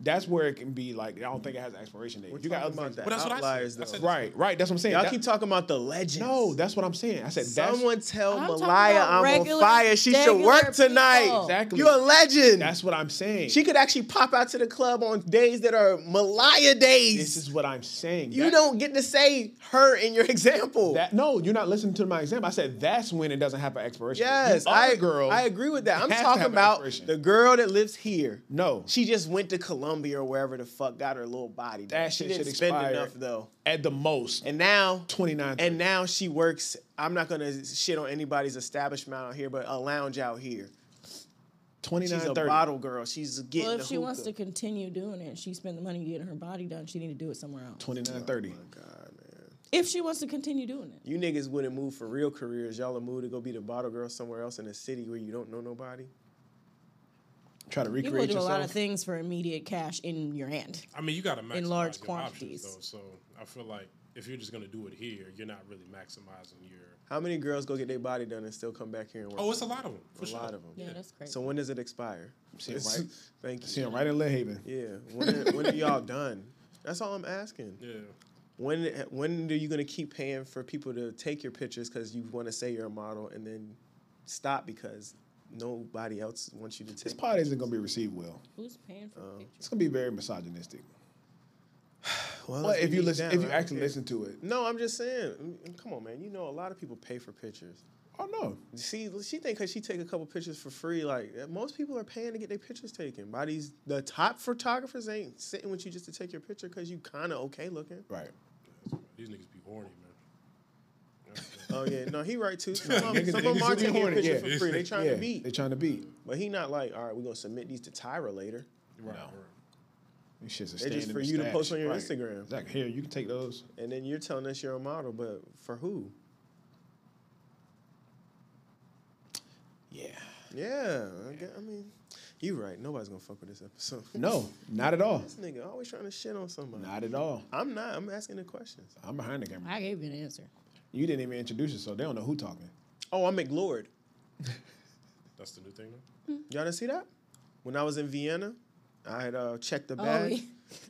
That's where it can be like I don't think it has an expiration date. you got other talking things. about the Well, that's what I said. outliers, though. I said- right, right. That's what I'm saying. Y'all That- keep talking about the legends. No, that's what I'm saying. I said Someone that's, tell I'm talking Malaya about I'm regular- on fire. She should regular work tonight. people. Exactly. You're a legend. That's what I'm saying. She could actually pop out to the club on days that are Malaya days. This is what I'm saying. You That- don't get to say her in your example. That no, you're not listening to my example. I said that's when it doesn't have an expiration. date. Yes, These I other girls I agree with that. I'm has to talking have an about expiration. the girl that lives here. No, she just went to Columbia or wherever the fuck got her little body. That she shit didn't should spend expire enough though. at the most. And now 29. And now she works. I'm not gonna shit on anybody's establishment out here, but a lounge out here. 29, She's a 30. bottle girl. She's getting. well, the if she wants hookah. to continue doing it, she spent the money getting her body done. She need to do it somewhere else. 29, 30. If she wants to continue doing it, You niggas wouldn't move for real careers. Y'all would move to go be the bottle girl somewhere else in a city where you don't know nobody. Try to people do a lot of things for immediate cash in your hand. I mean, you got to maximize in large your quantities. Options, though, so I feel like if you're just going to do it here, you're not really maximizing your. How many girls go get their body done and still come back here and work? Oh, it's a lot of 'em, for a sure. lot of them. Yeah, Yeah. that's crazy. So when does it expire? See 'em It's- right- Thank you. see 'em right in Little Haven. Yeah. When are, when are y'all done? That's all I'm asking. Yeah. When when are you gonna keep paying for people to take your pictures because you want to say you're a model and then stop because nobody else wants you to take? This pod isn't gonna be received well. Who's paying for Um, It's gonna be very misogynistic. Well, But that's if what you we listen, down, if you right? actually listen to it, No, I'm just saying. Mm, Come on, man. You know a lot of people pay for pictures. Oh no. See, she think cause she take a couple pictures for free. Like eh, most people are paying to get their pictures taken. By these, the top photographers ain't sitting with you just to take your picture because you kind of okay looking. Right. These niggas be horny, man. Oh yeah, no, he right too. Some of them, Niggas- some of them niggas are be taking a horny, picture yeah. for free. They trying Yeah, to beat. They trying to beat. But he not like, all right, we gonna submit these to Tyra later. Right. These shits are They're just staying in for the you to stash. post on your Right. Instagram. Exactly. Here, you can take those. And then you're telling us you're a model, but for who? Yeah. Yeah, I, gue- I mean, you right. Nobody's gonna fuck with this episode. No, not at all. This nigga always trying to shit on somebody. Not at all. I'm not. I'm asking the questions. I'm behind the camera. I gave you an answer. You didn't even introduce yourself. They don't know who talking. Oh, I'm McLord. That's the new thing, though. Y'all didn't see that? When I was in Vienna, I had uh, checked the Oh, bag, yeah.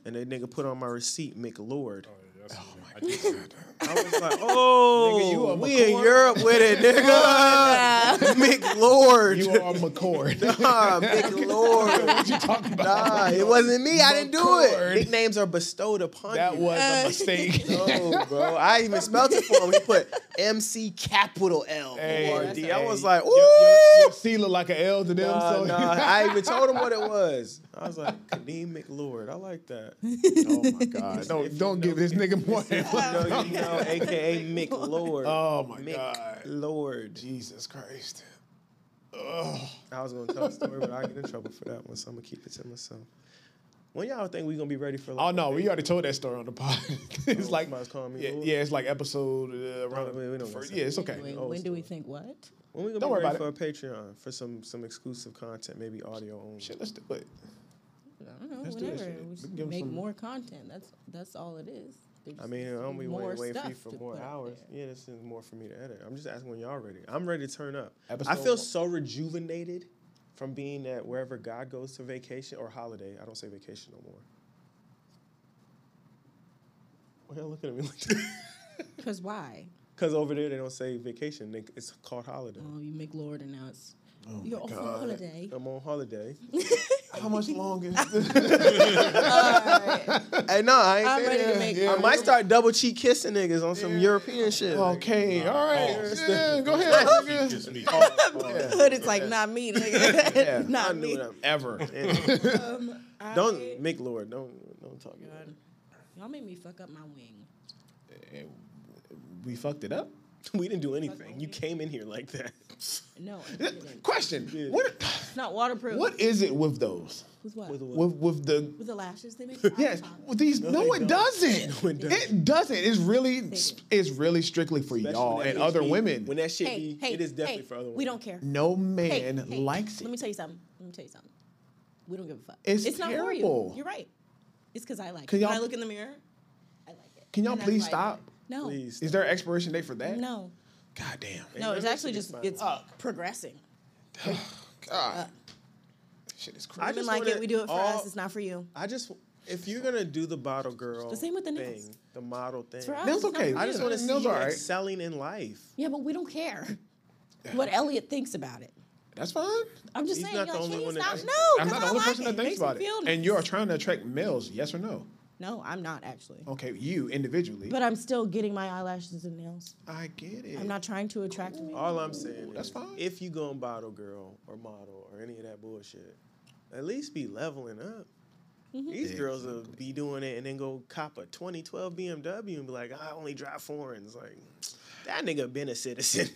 and the nigga put on my receipt McLord. Oh my god. I was like, oh, Nigga, you a we in McCord? Europe with it, nigga. McLord. You are McCord. Nah, McLord. what you talking about? Nah, it wasn't me. I didn't do it. Nicknames are bestowed upon That you. was a mistake. No, bro. I even spelled it for him. He put MC capital L Hey, R D. I hey, was like, your- ooh. Your, your C look like an L to them. Nah, so uh, nah. I even told him what it was. I was like, Kadeem McLord. I like that. oh my god! Don't don't give this nigga more. No, you know, aka McLord. Oh my Mick god! Lord. Jesus Christ! Ugh. I was gonna tell a story, but I get in trouble for that one, so I'm gonna keep it to myself. When y'all think we gonna be ready for? Like, Oh no, we already told that story on the pod. it's like somebody's calling me. yeah, yeah, it's like episode uh, around. we- we don't first- gotta say yeah, it's okay. Oh, Wait, when do we think what? When we gonna Don't be worry ready for a about Patreon for some some exclusive content, maybe audio only? Shit, let's do it. I don't know. Let's do this whatever. shit. We We should can give 'em make some- more content. That's that's all it is. I mean, I don't be more waiting, waiting for you stuff for to more put up hours. Yeah, this is more for me to edit. I'm just asking when y'all ready. I'm ready to turn up. I Episode feel one. so rejuvenated from being at wherever God goes to vacation or holiday. I don't say vacation no more. Why y'all looking at me like that? Because why? Because over there they don't say vacation. They, it's called holiday. Oh, you make Lord and now it's. Oh You're off on holiday. I'm on holiday. How much longer? Hey, no, I ain't I'm saying ready to that. make- I might start double cheek kissing niggas on some European shit. Oh, Okay, all right. Yeah, go ahead. Hood is like, not me, nigga. Yeah, not I knew me. Um, them ever. I- don't make Lord. Don't don't talk. Y'all made me fuck up my wing. We fucked it up. We didn't do anything. You came in here like that. No, I didn't. Question. What It's not waterproof. what is it with those? With what? With With, with, the the lashes they make. Yes, well, these no, it doesn't. it doesn't. It's really it's really strictly for y'all when that and itch other be- women. when that shit Hey, be, hey, it is definitely hey, for other We women. don't care. No Hey, man hey, likes it. Let me tell you something. Let me tell you something. We don't give a fuck. It's not for you. terrible. You're right. It's because I like Can it. When y'all- I look in the mirror, Can y'all And I please like it. stop? No. Please. Is there an expiration date for that? no. God damn. No, it's actually just, it's progressing. Uh, God. Shit is I Women just like wanna- it. We do it for all- us. It's not for you. I just if you're gonna do the bottle girl, The same with the nails. thing, the model thing. for us, Nails it's not okay. for I just you. want to The see nails you are alright. excelling in life. Yeah, but we don't care what Elliot thinks about it. That's fine. I'm just He's saying, not you're the like, only can you one that stop? thinks- No, I'm because not the I only like person it. that thinks makes me about it. feel nice. And you are trying to attract males, yes or no? No, I'm not actually. Okay, you individually. But I'm still getting my eyelashes and nails. I get it. I'm not trying to attract Oh. me. All I'm saying that's is, if you go and bottle girl or model or any of that bullshit, at least be leveling up. These girls will be doing it and then go cop a 2012 BMW and be like, I only drive foreigns. Like, that nigga been a citizen.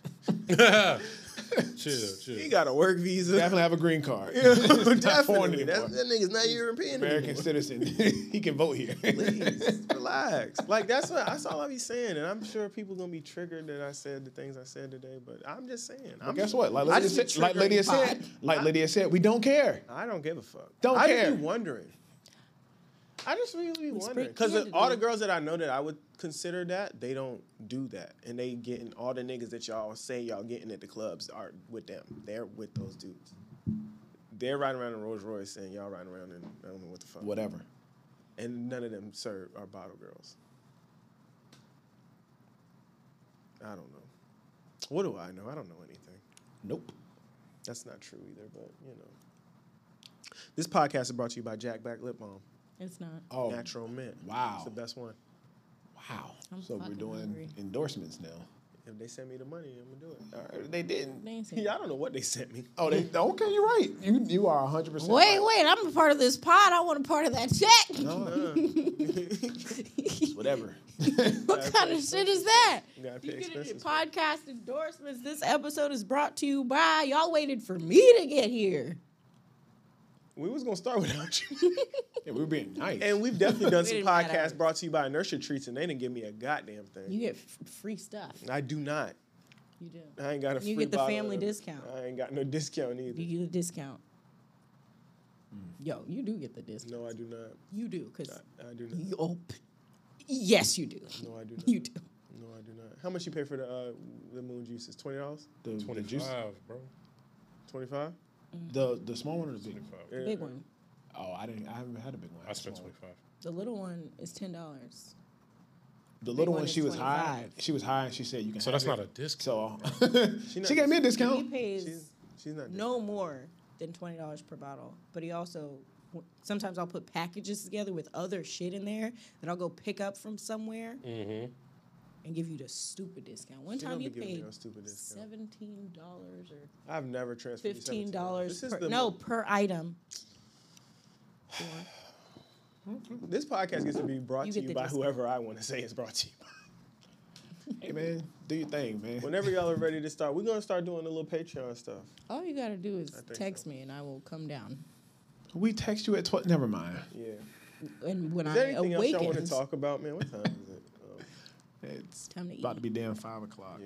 chill, chill. He got a work visa. Definitely have a green card. Yeah, He's not foreign definitely. anymore. That's, that nigga's not European American anymore. citizen. he can vote here. Please relax. Like that's what that's all I be saying, and I'm sure people gonna be triggered that I said the things I said today. But I'm just saying. But I'm guess what? Like I Lydia just be said, like triggered Lydia by said, it. like Lydia said, we don't care. I don't give a fuck. Don't I care. just be wondering. I just really be We speak wondering because all candidly. the girls that I know that I would consider that they don't do that, and they getting all the niggas that y'all say y'all getting at the clubs are with them. They're with those dudes. They're riding around in Rolls Royce, and y'all riding around in I don't know what the fuck. Whatever. And none of them serve are bottle girls. I don't know. What do I know? I don't know anything. Nope. That's not true either, but you know. This podcast is brought to you by Jack Black Lip Balm. It's not. Natural mint. Oh. Wow. It's the best one. Oh, Wow. I'm so we're fucking doing hungry. endorsements now. If they send me the money, I'm gonna do it. They didn't. They ain't sent yeah, I don't know what they sent me. Oh, they okay. You're right. You you are 100. percent Wait, wait, I'm a part of this pod. I want a part of that check. Whatever. what kind of shit is that? You gotta pay You get it in expenses. podcast endorsements. This episode is brought to you by y'all waited for me to get here. We was gonna start without you. yeah, we were being nice. And we've definitely done We some didn't add podcasts brought to you by Inertia Treats, and they didn't give me a goddamn thing. You get f- free stuff. I do not. You do. I ain't got a. You free get the bottle family of- discount. I ain't got no discount either. You get a discount. Yo, you do get the discount. Mm. No, I do not. You do, because I do not. yes, you do. No, I do not. You do. No, I do not. How much you pay for the uh, the moon juices? Twenty dollars. The, the juice. bro. Twenty five. The the small one or the big one? The big one. Oh, I didn't. I haven't had a big one. I spent 25. The little one is ten dollars. The little Big one one, is she was 25. high. She was high, and she said you can. So have that's not it. a discount. So not she gave me a He discount. pays she's not no more than twenty dollars per bottle. But he also w- sometimes I'll put packages together with other shit in there that I'll go pick up from somewhere Mm-hmm. and give you the stupid discount. One She time don't you be giving me paid no stupid discount. seventeen dollars or I've never transferred. you fifteen This dollars. is the No, per item. This podcast gets to be brought You to get you the by discount. whoever I want to say it's brought to you. by. Hey man, do your thing, man. Whenever y'all are ready to start, we're gonna start doing a little Patreon stuff. All you gotta do is think text me and I will come down. We text you at twelve. Never mind. Yeah. And when is there I anything else y'all want awaken, to talk about, man? What time is it? Um, It's time to eat. about to be damn five o'clock.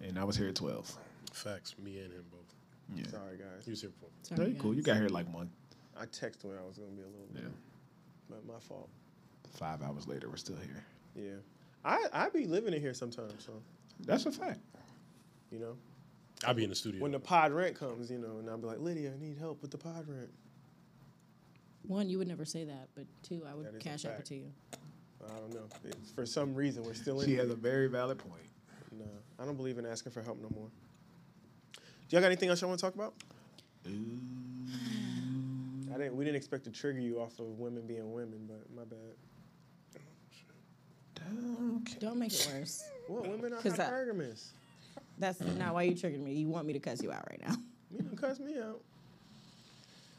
And I was here at twelve. Facts. Me and him both. Yeah. Sorry, guys. He was here before. Oh No, you cool. You got here at like one. I texted when I was gonna be a little late. But my fault. Five hours later, we're still here. Yeah, I I be living in here sometimes, so That's a fact. you know. I'll be in the studio. When the pod rent comes, you know, and I'll be like, Lydia, I need help with the pod rent. One, you would never say that, but two, I That would is a cash up it fact. to you. I don't know. It's for some reason, we're still in. She here. has a very valid point. No, I don't believe in asking for help no more. Do y'all got anything else y'all want to talk about? I didn't. We didn't expect to trigger you off of women being women, but my bad. Don't make it worse. What women are 'Cause that- hypergamous? That's not why you triggered me. You want me to cuss you out right now. You can cuss me out.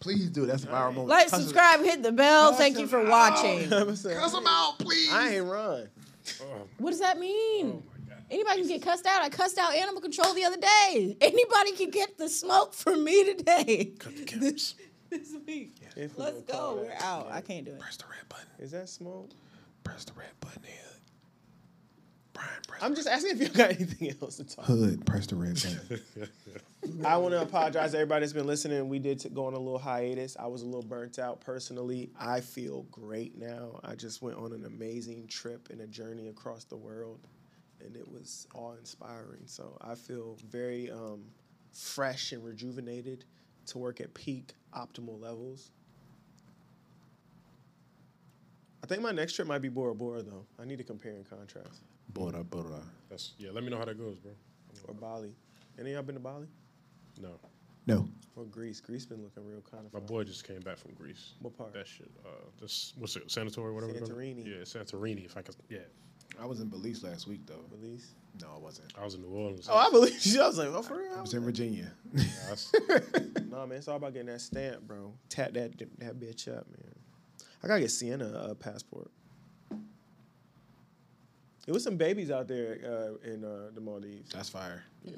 Please do. That's a viral moment. Like, Touch it. subscribe, hit the bell. Thank you for watching. Cuss them out, please. I ain't run. What does that mean? Anybody can get cussed out. I cussed out animal control the other day. Anybody can get the smoke from me today. this, this week. If we gonna Let's call go. We're that- out. yeah. I can't do it. Is that smoke? Press the red button. Here. I'm just asking if you got anything else to talk. Hood, press the red button. I want to apologize to everybody that's been listening. We did t- go on a little hiatus. I was a little burnt out personally. I feel great now. I just went on an amazing trip and a journey across the world, and it was awe inspiring. So I feel very um, fresh and rejuvenated to work at peak optimal levels. I think my next trip might be Bora Bora though. I need to compare and contrast. Bora Bora. That's, yeah, let me know how that goes, bro. Or Bali. Any of y'all been to Bali? No. No. Or Greece. Greece been looking real kind of. My boy just came back from Greece. What part? That shit. Uh, this what's it? Sanatory, whatever. it's called? Santorini. Yeah, Santorini. If I could. Yeah. I was in Belize last week though. Belize? No, I wasn't. I was in New Orleans. Oh, I believe you. I was like, oh, for real? I was in Virginia. nah, man, it's all about getting that stamp, bro. Tap that that bitch up, man. I gotta get Sienna a passport. It was some babies out there uh, in uh, the Maldives. That's fire. Yeah.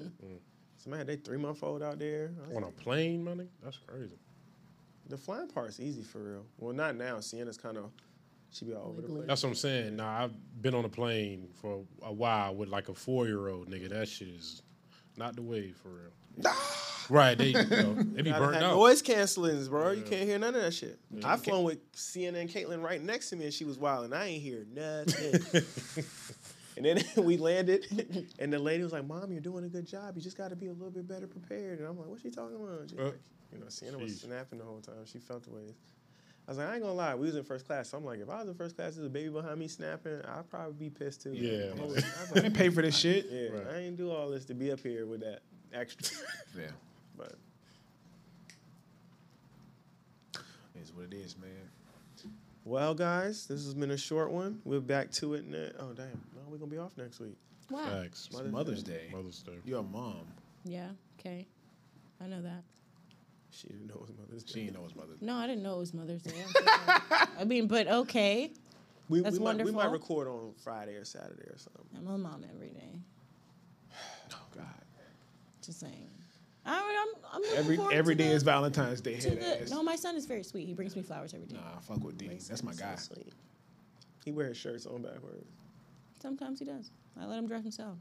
So man, had they three month old out there I was On a like, plane, my nigga? That's crazy. The flying part's easy for real. Well, not now. Sienna's kind of she be all over the place. That's what I'm saying. Nah, I've been on a plane for a while with like a four year old nigga. That shit is not the way for real. right. They, you know, they be Gotta burnt have out. Noise cancelings, bro. You Yeah. can't hear none of that shit. Yeah. I flown with CNN and Caitlin right next to me, and she was wild, and I ain't hear nothing. and then we landed, and the lady was like, "Mom, you're doing a good job. You just got to be a little bit better prepared." And I'm like, "What's she talking about?" She's Uh, like, you know, Sienna was sheesh. snapping the whole time. She felt the ways. I was like, I ain't gonna lie, we was in first class. So I'm like, if I was in first class, there's a baby behind me snapping, I'd probably be pissed too. Yeah, I, like- was- I was I didn't pay for this shit. Yeah, Right. I ain't do all this to be up here with that extra. Yeah. but It's what it is, man. Well, guys, this has been a short one. We're back to it. Ne- oh, damn. No, we're going to be off next week. Wow. Facts. It's Mother's Day. Mother's Day. You're a mom. Yeah, okay. I know that. She didn't know it was Mother's Day. She didn't know it's Mother's Day. No, I didn't know it was Mother's Day. I'm so sorry. I mean, but okay. We, That's we might, we wonderful. might record on Friday or Saturday or something. I'm a mom every day. Oh God. Just saying. I mean, I'm, I'm looking Every forward every to day the- is Valentine's Day. to Head the- ass. No, my son is very sweet. He brings me flowers every day. Nah, I fuck with D. That's my guy. He wears shirts on backwards. Sometimes he does. I let him dress himself.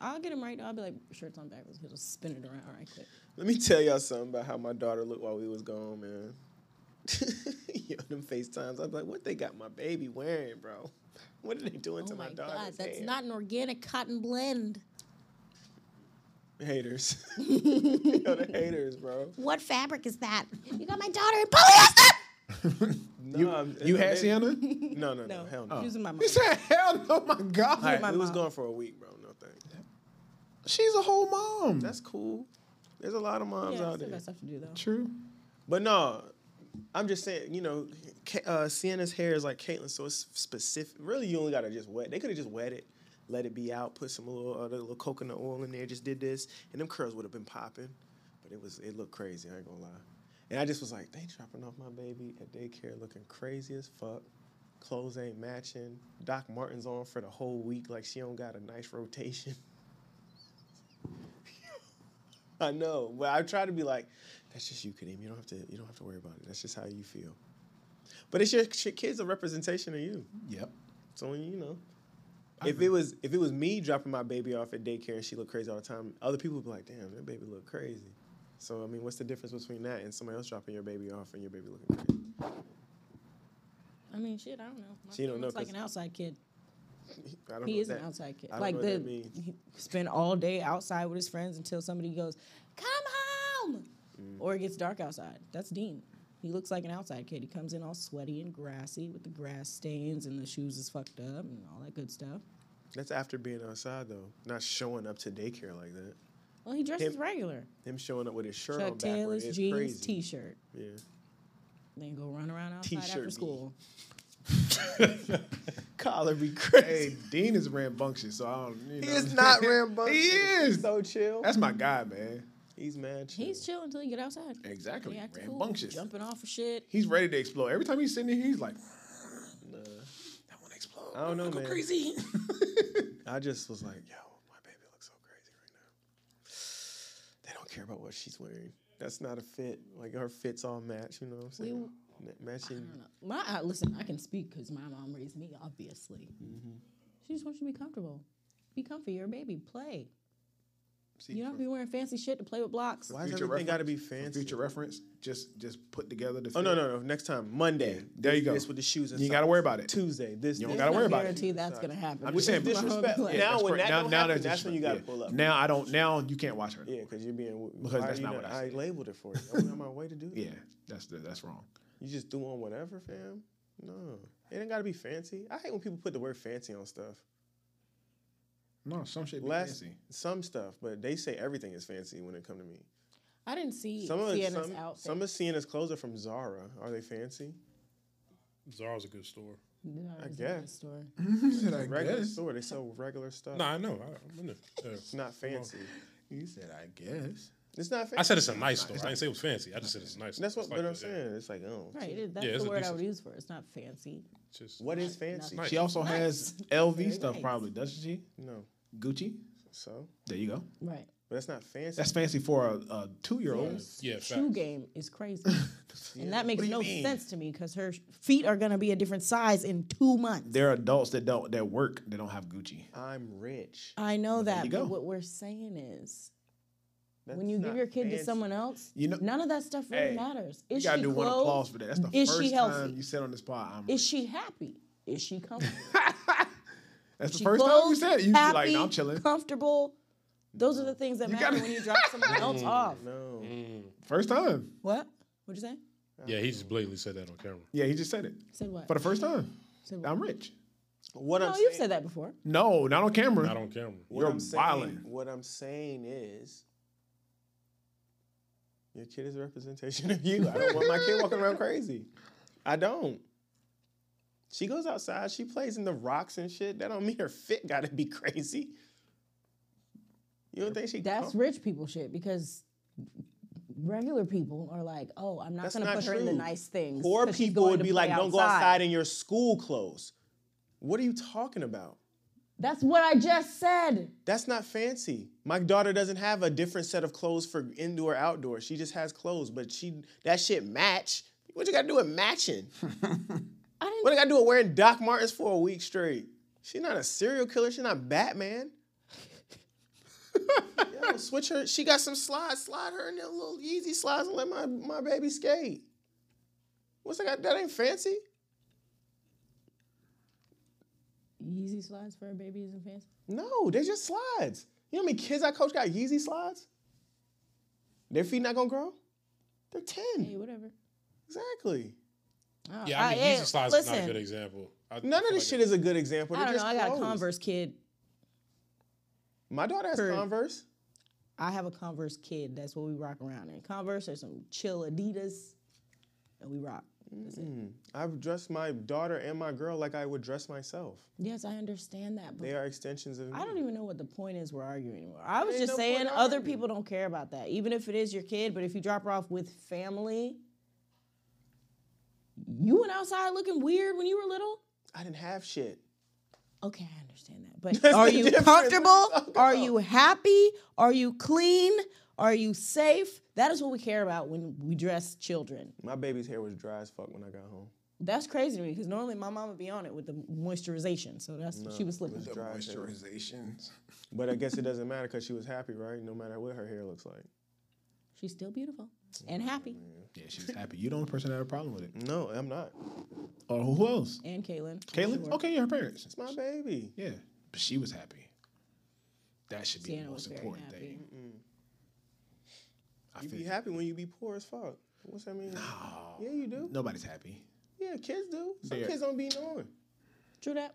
I'll get him right. I'll be like, shirts on backwards. He'll just spin it around. All right, quick. Let me tell y'all something about how my daughter looked while we was gone, man. Yo, them FaceTimes. I'm like, what they got my baby wearing, bro? What are they doing to my, daughter's Oh God, that's hair? not an organic cotton blend. haters. Yo, the haters, bro. What fabric is that? You got my daughter in polyester. Nah, you had Oh. Sienna? No, no, no, Oh, Hell no. She was in my mom. He said, "Hell no, my God." All right, we was gone for a week, bro. No thanks. She's a whole mom. That's cool. There's a lot of moms Yeah, I out still there. got stuff to do though. True. But no, I'm just saying, you know, Ka- uh, Sienna's hair is like Caitlyn, so it's specific. Really, you only gotta just wet. They could have just wet it, let it be out, put some little uh, little coconut oil in there. Just did this, and them curls would have been popping. But it was it looked crazy. I ain't gonna lie. And I just was like, they dropping off my baby at daycare looking crazy as fuck. Clothes ain't matching. Doc Martin's on for the whole week, like she don't got a nice rotation. I know, but I try to be like, that's just you, Kadeem. You don't have to. You don't have to worry about it. That's just how you feel. But it's your, your kids a representation of you. Yep. So when you know, if it was if it was me dropping my baby off at daycare and she looked crazy all the time, other people would be like, damn, that baby look crazy. So I mean, what's the difference between that and somebody else dropping your baby off and your baby looking crazy? I mean, shit, I don't know. My She don't son know looks like 'cause- an outside kid. I don't know He what is an that- outside kid. I don't Like know what the that means. he spend all day outside with his friends until somebody goes, "Come home," Mm. or it gets dark outside. That's Dean. He looks like an outside kid. He comes in all sweaty and grassy with the grass stains and the shoes is fucked up and all that good stuff. That's after being outside though, not showing up to daycare like that. Well, he dresses Him- regular. Him showing up with his shirt on Chuck backwards Taylor's is jeans, crazy. t-shirt. Yeah, Then go run around outside T-shirt after B. school. Collar be crazy. Hey, Dean is rambunctious, so I don't. You He know. is not rambunctious. he is so chill. That's my guy, man. He's mad. He's chill until you get outside. Exactly. He acting cool, Rambunctious. jumping off of shit. He's ready to explode. Every time he's sitting here, he's like, Nah. I don't know, Go man. crazy. I just was like, yo, my baby looks so crazy right now. They don't care about what she's wearing. That's not a fit. Like her fits all match. You know what I'm We saying? Ma- Matching. My I, listen, I can speak because my mom raised me. Obviously, Mm-hmm. she just wants you to be comfortable, be comfy. You're a baby, play. you don't have to be wearing fancy shit to play with blocks. Why is everything got to be fancy? future reference, just just put together the. Oh no fit. no no! Next time Monday. There you go. This with the shoes. And You ain't gotta socks. worry about it. Tuesday. This. You don't this, gotta this. worry about it. guarantee that's gonna happen. I'm just saying, Which is but- disrespectful. yeah, Now that's when correct. that now, don't now happen, that's that's when you gotta disrespect. pull up. Now I don't. Now you can't watch her. Yeah, because you're being Because why that's you not what not- I I labeled it for you. I went on my way to do that. Yeah, that's the, that's wrong. You just do on whatever, fam. No, it ain't gotta be fancy. I hate when people put the word fancy on stuff. No, some shit be Last, fancy. some stuff, but they say everything is fancy when it come to me. I didn't see Some of Sienna's some, outfit. some of Sienna's clothes are from Zara. Are they fancy? Zara's a good store. I Zara's a good guess. store. I regular guess. store. They sell regular stuff. No, I know. I, I'm in there. It's not fancy. You said I guess. It's not fancy. I said it's a nice store. I didn't say it was fancy. I just said it's nice. That's what, It's but like I'm the- saying. It's like, oh. Right, shit. it- that's Yeah, it's the a word I decent- would use for it. It's not fancy. Just What is fancy? She also has LV stuff, probably doesn't she? No. Gucci. So, There you go. Right. but that's not fancy. That's fancy for a, a two year old. Sienna's shoe game is crazy, and that makes do you no mean? sense to me because her sh- feet are gonna be a different size in two months. There are adults that don't that work that don't have Gucci. I'm rich. I know there that, you but go. what we're saying is, That's when you give not your kid to fancy. someone else, You know- none of that stuff really Hey, matters. You Is gotta she do one clothed? applause for that. That's the Is first she healthy? time you said on this pod. I'm Is she happy? Is she comfortable? That's the Is she first time you clothed, said it. You be like, happy, no, I'm chilling. Comfortable. Those are the things that You matter gotta- Mm. when you drop someone else off. No. First time. What? What'd you say? Yeah, he just blatantly said that on camera. Yeah, he just said it Said what? for the first time. Said what? I'm rich. What no, I'm you've saying- said that before. No, not on camera. Not on camera. What You're I'm saying, wildin'. what I'm saying is, your kid is a representation of you. I don't want my kid walking around crazy. I don't. She goes outside. She plays in the rocks and shit. That don't mean her fit got to be crazy. You don't think she? That's Oh. com- rich people shit because regular people are like, oh, I'm not That's gonna not put her in the true. nice things. Poor 'cause she's people going would to be play like, "Don't go outside in your school clothes." What are you talking about? That's what I just said. That's not fancy. My daughter doesn't have a different set of clothes for indoor outdoor. She just has clothes, but she that shit match. What you gotta do with matching? what I gotta do with wearing Doc Martens for a week straight? She's not a serial killer. She's not Batman. Yo, switch her. She got some slides. Slide her in them little easy slides and let my, my baby skate. What's that? got- That ain't fancy. Yeezy slides for a baby isn't fancy. No, they're just slides. You know how many kids I coach got Yeezy slides? Their feet not gonna grow? They're 10. Hey, whatever. Exactly. Yeah, I mean, Uh, I- Yeezy yeah, slides is not listen. a good example. I, None of this shit is a good example. I They're don't know. just I got a clothes. Converse kid. My daughter has Her- Converse. I have a Converse kid. That's what we rock around in. Converse or some chill Adidas, and we rock. That's it. Mm. I've dressed my daughter and my girl like I would dress myself. Yes, I understand that, but They are extensions of me. I don't even know what the point is we're arguing anymore. I was Ain't just no point saying in other arguing. people don't care about that, even if it is your kid. But if you drop her off with family, you went outside looking weird when you were little. I didn't have shit. Okay, I understand that. But That's are the you difference. comfortable? Let's talk Are about- you happy? Are you clean? Are you safe? That is what we care about when we dress children. My baby's hair was dry as fuck when I got home. That's crazy to me because normally my mom would be on it with the moisturization. So that's she was slipping. It was dry as hell. Moisturizations. But I guess it doesn't matter because she was happy, right? No matter what her hair looks like. She's still beautiful and happy. Yeah, she's happy. You don't person that have a problem with it. No, I'm not. Or who else? And Caitlyn. Caitlyn? Okay, yeah, her parents. It's my baby. Yeah, but she was happy. That should be the most important thing. I You be feel- happy when you be poor as fuck. What's that mean? Yeah, you do. Nobody's happy. Yeah, kids do. Some They're- kids don't be knowing. True that.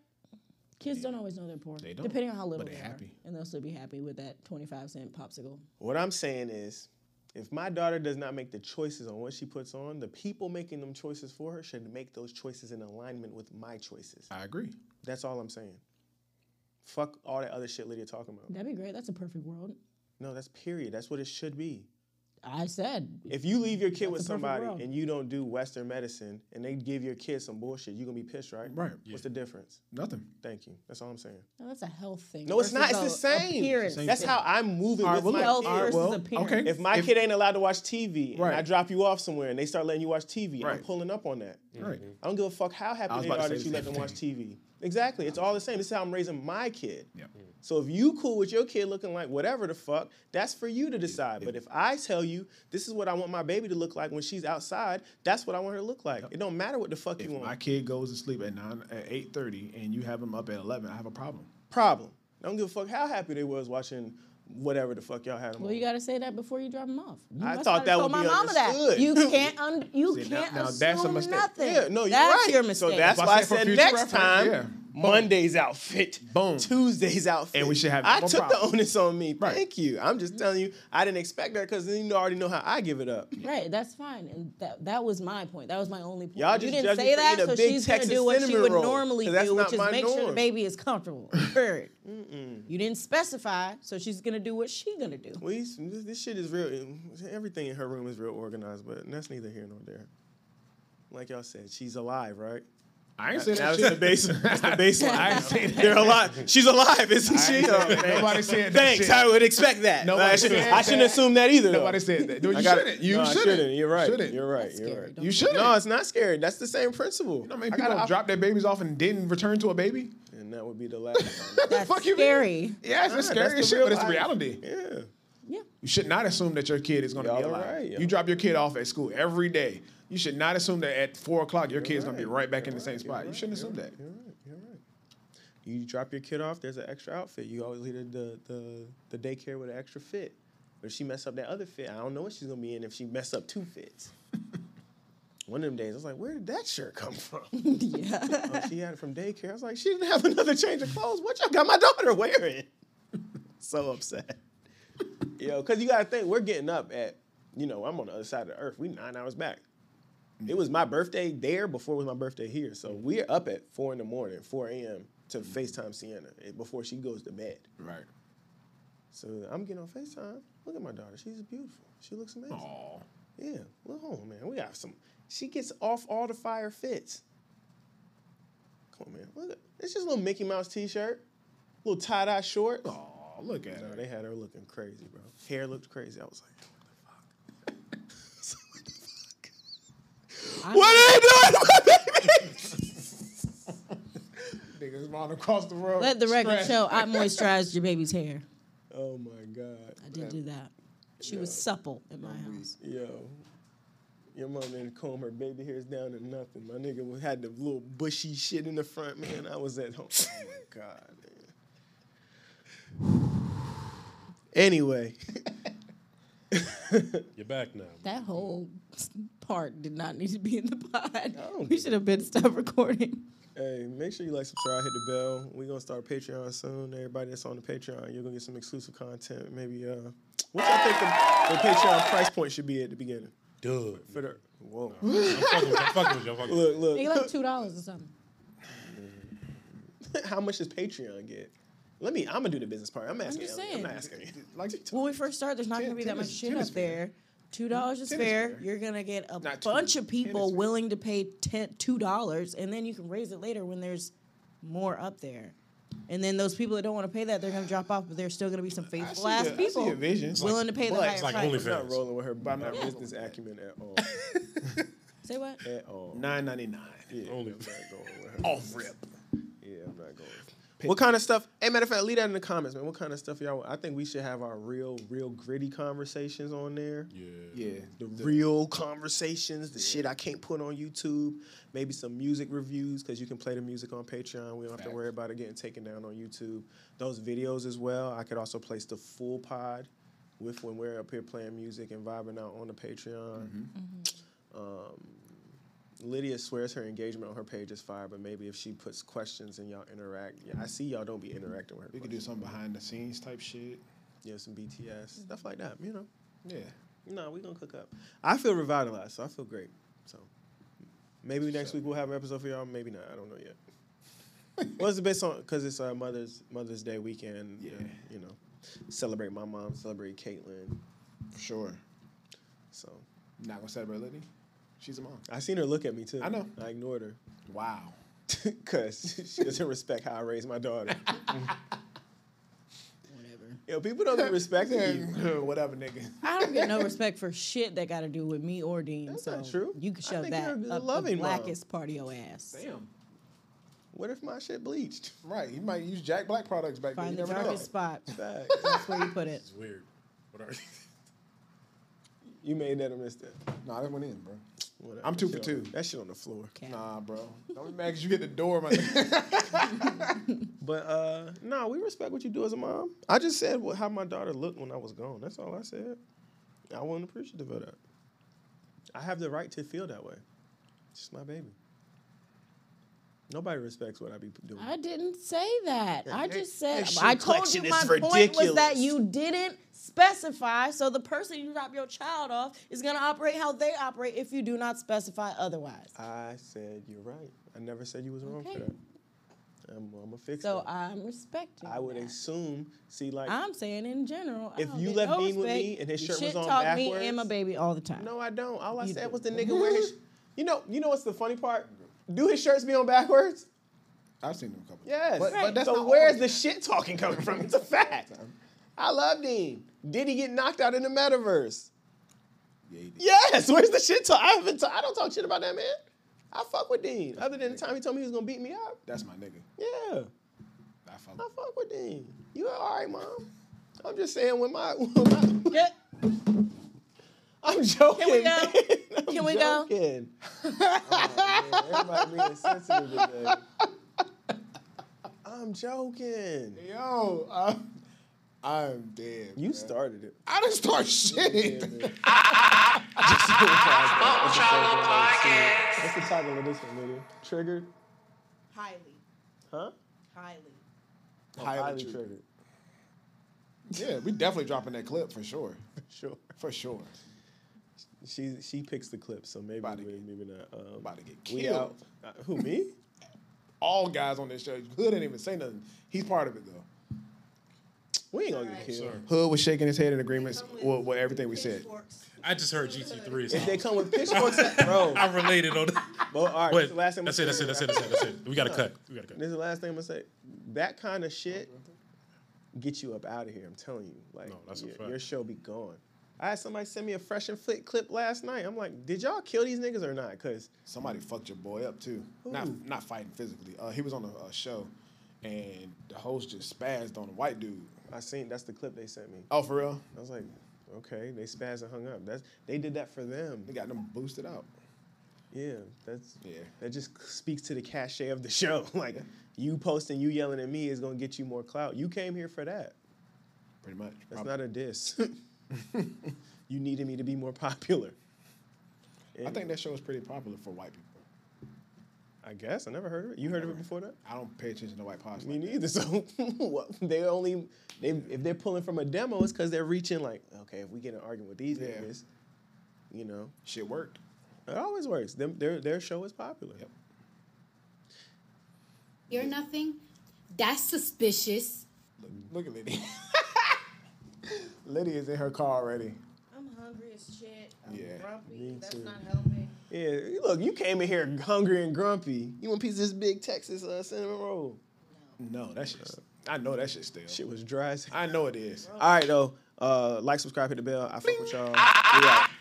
Kids don't always know they're poor. They don't, Depending on how but little they they happy. are. And they'll still be happy with that 25 cent popsicle. What I'm saying is, if my daughter does not make the choices on what she puts on, the people making them choices for her should make those choices in alignment with my choices. I agree. That's all I'm saying. Fuck all that other shit Lydia talking about. That'd be great. That's a perfect world. No, that's period. That's what it should be. I said. If you leave your kid That's with the perfect somebody world. and you don't do Western medicine and they give your kid some bullshit, you're gonna be pissed, right? Right. What's the difference? Nothing. Thank you. That's all I'm saying. No, that's a health thing. No, it's not. It's the versus a same. appearance That's thing. how I'm moving All right, with well, my health kid. versus All right, well, appearance. okay. If my If- kid ain't allowed to watch TV and I Right. drop you off somewhere and they start letting you watch TV, I'm Right. pulling up on that. Right. I don't give a fuck how I happy was they about to say are that the you let them same watch TV. Exactly. It's all the same. This is how I'm raising my kid. Yeah. So if you cool with your kid looking like whatever the fuck, that's for you to decide. But if I tell you this is what I want my baby to look like when she's outside, that's what I want her to look like. It don't matter what the fuck you want. My kid goes to sleep at nine at eight thirty, and you have him up at eleven. I have a problem. Problem. I don't give a fuck how happy they was watching whatever the fuck y'all had them Well, you got to say that before you drop them off. You I must thought not have that told would my be mama that. understood. You can't. Un- you See, now- can't now assume that's a mistake. nothing. Yeah, no, you're that's right. your mistake. So that's That's why why I I said for said future next reference, time, yeah. Monday's outfit, boom, Tuesday's outfit, And we should have I no took problem. the onus on me. Thank you. I'm just telling you, I didn't expect that because then you already know how I give it up. Right, that's fine, and that that was my point. That was my only point. Y'all you just didn't judge me say for that, eating a so big she's Texas gonna do what she cinnamon would roll, normally 'cause that's do, not which is my make sure the norm. baby is comfortable. Period. you didn't specify, so she's gonna do what she gonna do. Well, these- this, this shit is real. Everything in her room is real organized, but that's neither here nor there. Like y'all said, she's alive, right? I ain't say that That's shit. the base. That's the baseline. I ain't say that. They're alive. She's alive, isn't I she? ain't Oh, said that. thanks. Nobody said that Thanks. shit. I would expect that. Nobody Like, I, should, said I shouldn't that. assume that either. though. Nobody said that. No, I you gotta- shouldn't. You no, I shouldn't. You're right. Shouldn't. You're right. You're right. You shouldn't. No, it's not scary. That's the same principle. I mean, I people gotta- drop their babies off and didn't return to a baby. And that would be the last. one. That's scary. Yeah, it's Nah, the scariest that's the shit, real but it's the life. reality. Yeah. You should not assume that your kid is going to be Y'all alive. right, y'all. you drop your kid off at school every day. You should not assume that at four o'clock your kid's going to be right back in the same spot. You shouldn't assume that. You drop your kid off. There's an extra outfit. You always leave the the the, the daycare with an extra fit. But if she mess up that other fit, I don't know what she's gonna be in if she mess up two fits. One of them days, I was like, "Where did that shirt come from?" yeah. Oh, she had it from daycare. I was like, "She didn't have another change of clothes. What y'all got my daughter wearing?" so upset. Yo, because you gotta think, we're getting up at, you know, I'm on the other side of the earth. We nine hours back. It was my birthday there before it was my birthday here. So we're up at four in the morning, 4 a.m. to FaceTime Sienna eh, before she goes to bed. Right. So I'm getting on FaceTime. Look at my daughter. She's beautiful. She looks amazing. Aw. Yeah. Look home, man. We got some. She gets off all the fire fits. Come on, man. Look at it's just a little Mickey Mouse t-shirt. Little tie-dye shorts. Oh, look at her. They had her looking crazy, bro. Hair looked crazy. I was like, what the fuck? what are you doing? Niggas running across the road. Let the record Stressed. show. I moisturized your baby's hair. oh my god. I did do that. She was supple in my house. Yo, your mom didn't comb her baby hairs down to nothing. My nigga wa- had the little bushy shit in the front, man. I was at home. Oh my god. man. Anyway, You're back now. That whole part did not need to be in the pod. We should have been stopped recording. hey, make sure you like, subscribe, hit the bell. We're gonna start a Patreon soon. Everybody that's on the Patreon, you're gonna get some exclusive content. Maybe uh what y'all think the, the Patreon price point should be at the beginning? Dude. For the whoa. I'm fucking with you. I'm fucking with you. I'm fucking with Look, you. look. They like two dollars or something. How much does Patreon get? Let me. I'm gonna do the business part. I'm asking. just Elliot. I'm saying. not asking. you. Like When we first start, there's not going to be that ten much is- shit ten up is there. Two dollars is Ten is fair. You're gonna get a Not two. bunch of Ten is people fair. willing to pay ten, two dollars, and then you can raise it later when there's more up there. And then those people that don't want to pay that, they're gonna drop off, but there's still gonna be some faithful ass I see people your vision. It's like- willing to pay the but- higher It's like price. I'm not OnlyFans. rolling with her by my Yeah. business acumen at all. Say what? At all. Nine ninety nine. Yeah, I'm not going with her. Off rip. Yeah, I'm not going. What kind of stuff? Hey, matter of fact, leave that in the comments, man. What kind of stuff y'all? I think we should have our real, real gritty conversations on there. Yeah, yeah. The, real conversations, the shit I can't put on YouTube. Maybe some music reviews because you can play the music on Patreon. We don't have to worry about it getting taken down on YouTube. Those videos as well. I could also place the full pod with when we're up here playing music and vibing out on the Patreon. Mm-hmm. Um, Lydia swears her engagement on her page is fire, but maybe if she puts questions and y'all interact, yeah, I see y'all don't be interacting with her. We could do some behind the scenes type shit. Yeah, some BTS stuff like that. You know. Yeah. No, we gonna cook up. I feel revitalized, so I feel great. So maybe next week we'll have an episode for y'all. Maybe not. I don't know yet. What's the best song? Because it's uh, Mother's Mother's Day weekend. Yeah. you know, celebrate my mom, celebrate Caitlin. For sure. So. Not gonna celebrate Liddy. She's a mom. I seen her look at me too. I know. I ignored her. Wow. Cause she doesn't respect how I raised my daughter. Yo, people don't be respecting you. Whatever, nigga. I don't get no respect for shit that got to do with me or Dean. That's so not true. You can I shove think that you're a good up loving the mom. blackest part of your ass. Damn. What if my shit bleached? Right. You might use Jack Black products back Find then. the You never know. darkest spot. Facts. That's where you put it. It's weird. What are You made that or missed it. Nah, that went in, bro. Whatever. I'm two That for shit on- two. That shit on the floor. Nah, bro. Don't be mad 'cause you hit the door, my nigga. But uh, no, we respect what you do as a mom. I just said what, how my daughter looked when I was gone. That's all I said. I wasn't appreciative of that. I have the right to feel that way. She's my baby. Nobody respects what I be doing. I didn't say that. I just said that shit I told you collection is my point was that ridiculous. you didn't specify. So the person you drop your child off is going to operate how they operate if you do not specify otherwise. I said you're right. I never said you was wrong Okay. for that. I'm, I'm a fix So it. I'm respecting. I would that. assume. See, like I'm saying in general. I If don't you get left no Dean with respect. me and his You shirt was shit on talk me and my backwards. baby all the time. No, I don't. All I You said do. was the nigga wear his. You know, you know what's the funny part? Do his shirts be on backwards? I've seen them a couple. Yes. But- but that's so not where's the shit talking coming from? It's a fact. I love Dean. Did he get knocked out in the metaverse? Yeah, he did. Yes. Where's the shit talk? I haven't. I I don't talk shit about that man. I fuck with Dean. Other than the time he told me he was gonna beat me up. That's my nigga. Yeah. I fuck. I fuck with Dean. You all right, mom? I'm just saying when my. When my I'm joking. Can we man. go? Can we go? joking. Oh, Everybody being sensitive today. I'm joking. Yo, I'm, I'm dead. You started it. I didn't start shit. What's the title of this one, Lydia? Triggered? Highly, Huh? highly. Oh, Highly triggered. triggered. yeah, we definitely dropping that clip for sure. Sure. For sure. She she picks the clip, so maybe we, maybe not. Um, About to get we killed. out. Uh, who me? All guys on this show. Hood didn't even say nothing. He's part of it though. We ain't gonna get killed. Hood was shaking his head in agreements with, with everything we said. I just heard GT3. If they so come with pitchforks, bro. I related on that. Well, Oh, all right. But this is the last thing that's I'm it, that's it, that's it, that's it, that's it. We gotta cut. We gotta cut. This is the last thing I'm gonna say. That kind of shit get you up out of here. I'm telling you. Like that's a your, fact. your show be gone. I had somebody send me a fresh and flick clip last night. I'm like, did y'all kill these niggas or not? Cause Somebody fucked your boy up too. Mm. Who? Not not fighting physically. Uh, he was on a, a show, and the host just spazzed on a white dude. I seen that's the clip they sent me. Oh, for real? I was like, okay, they spazzed and hung up. That's they did that for them. They got them boosted out. Yeah, that's Yeah. that just speaks to the cachet of the show. like you posting, you yelling at me is gonna get you more clout. You came here for that. Pretty much. That's not a diss. you needed me to be more popular. I think that show is pretty popular for white people. I guess I never heard of it. You heard of it before that? I don't pay attention to white pops. Me neither. So what, they only they if they're pulling from a demo, it's because they're reaching like, okay, if we get in an argument with these Yeah. niggas, you know, Shit worked. it always works. Them, their their show is popular. You're nothing. That's suspicious. Look at Liddy. Liddy is in her car already. I'm hungry as shit. Yeah. grumpy. Me That's too. not helping. Yeah, look, you came in here hungry and grumpy. You want a piece of this big Texas uh, cinnamon roll? No, that shit. I know that shit still. Shit was dry. as- I know it is. All right, though. Uh, like, subscribe, hit the bell. I fuck with y'all. We out.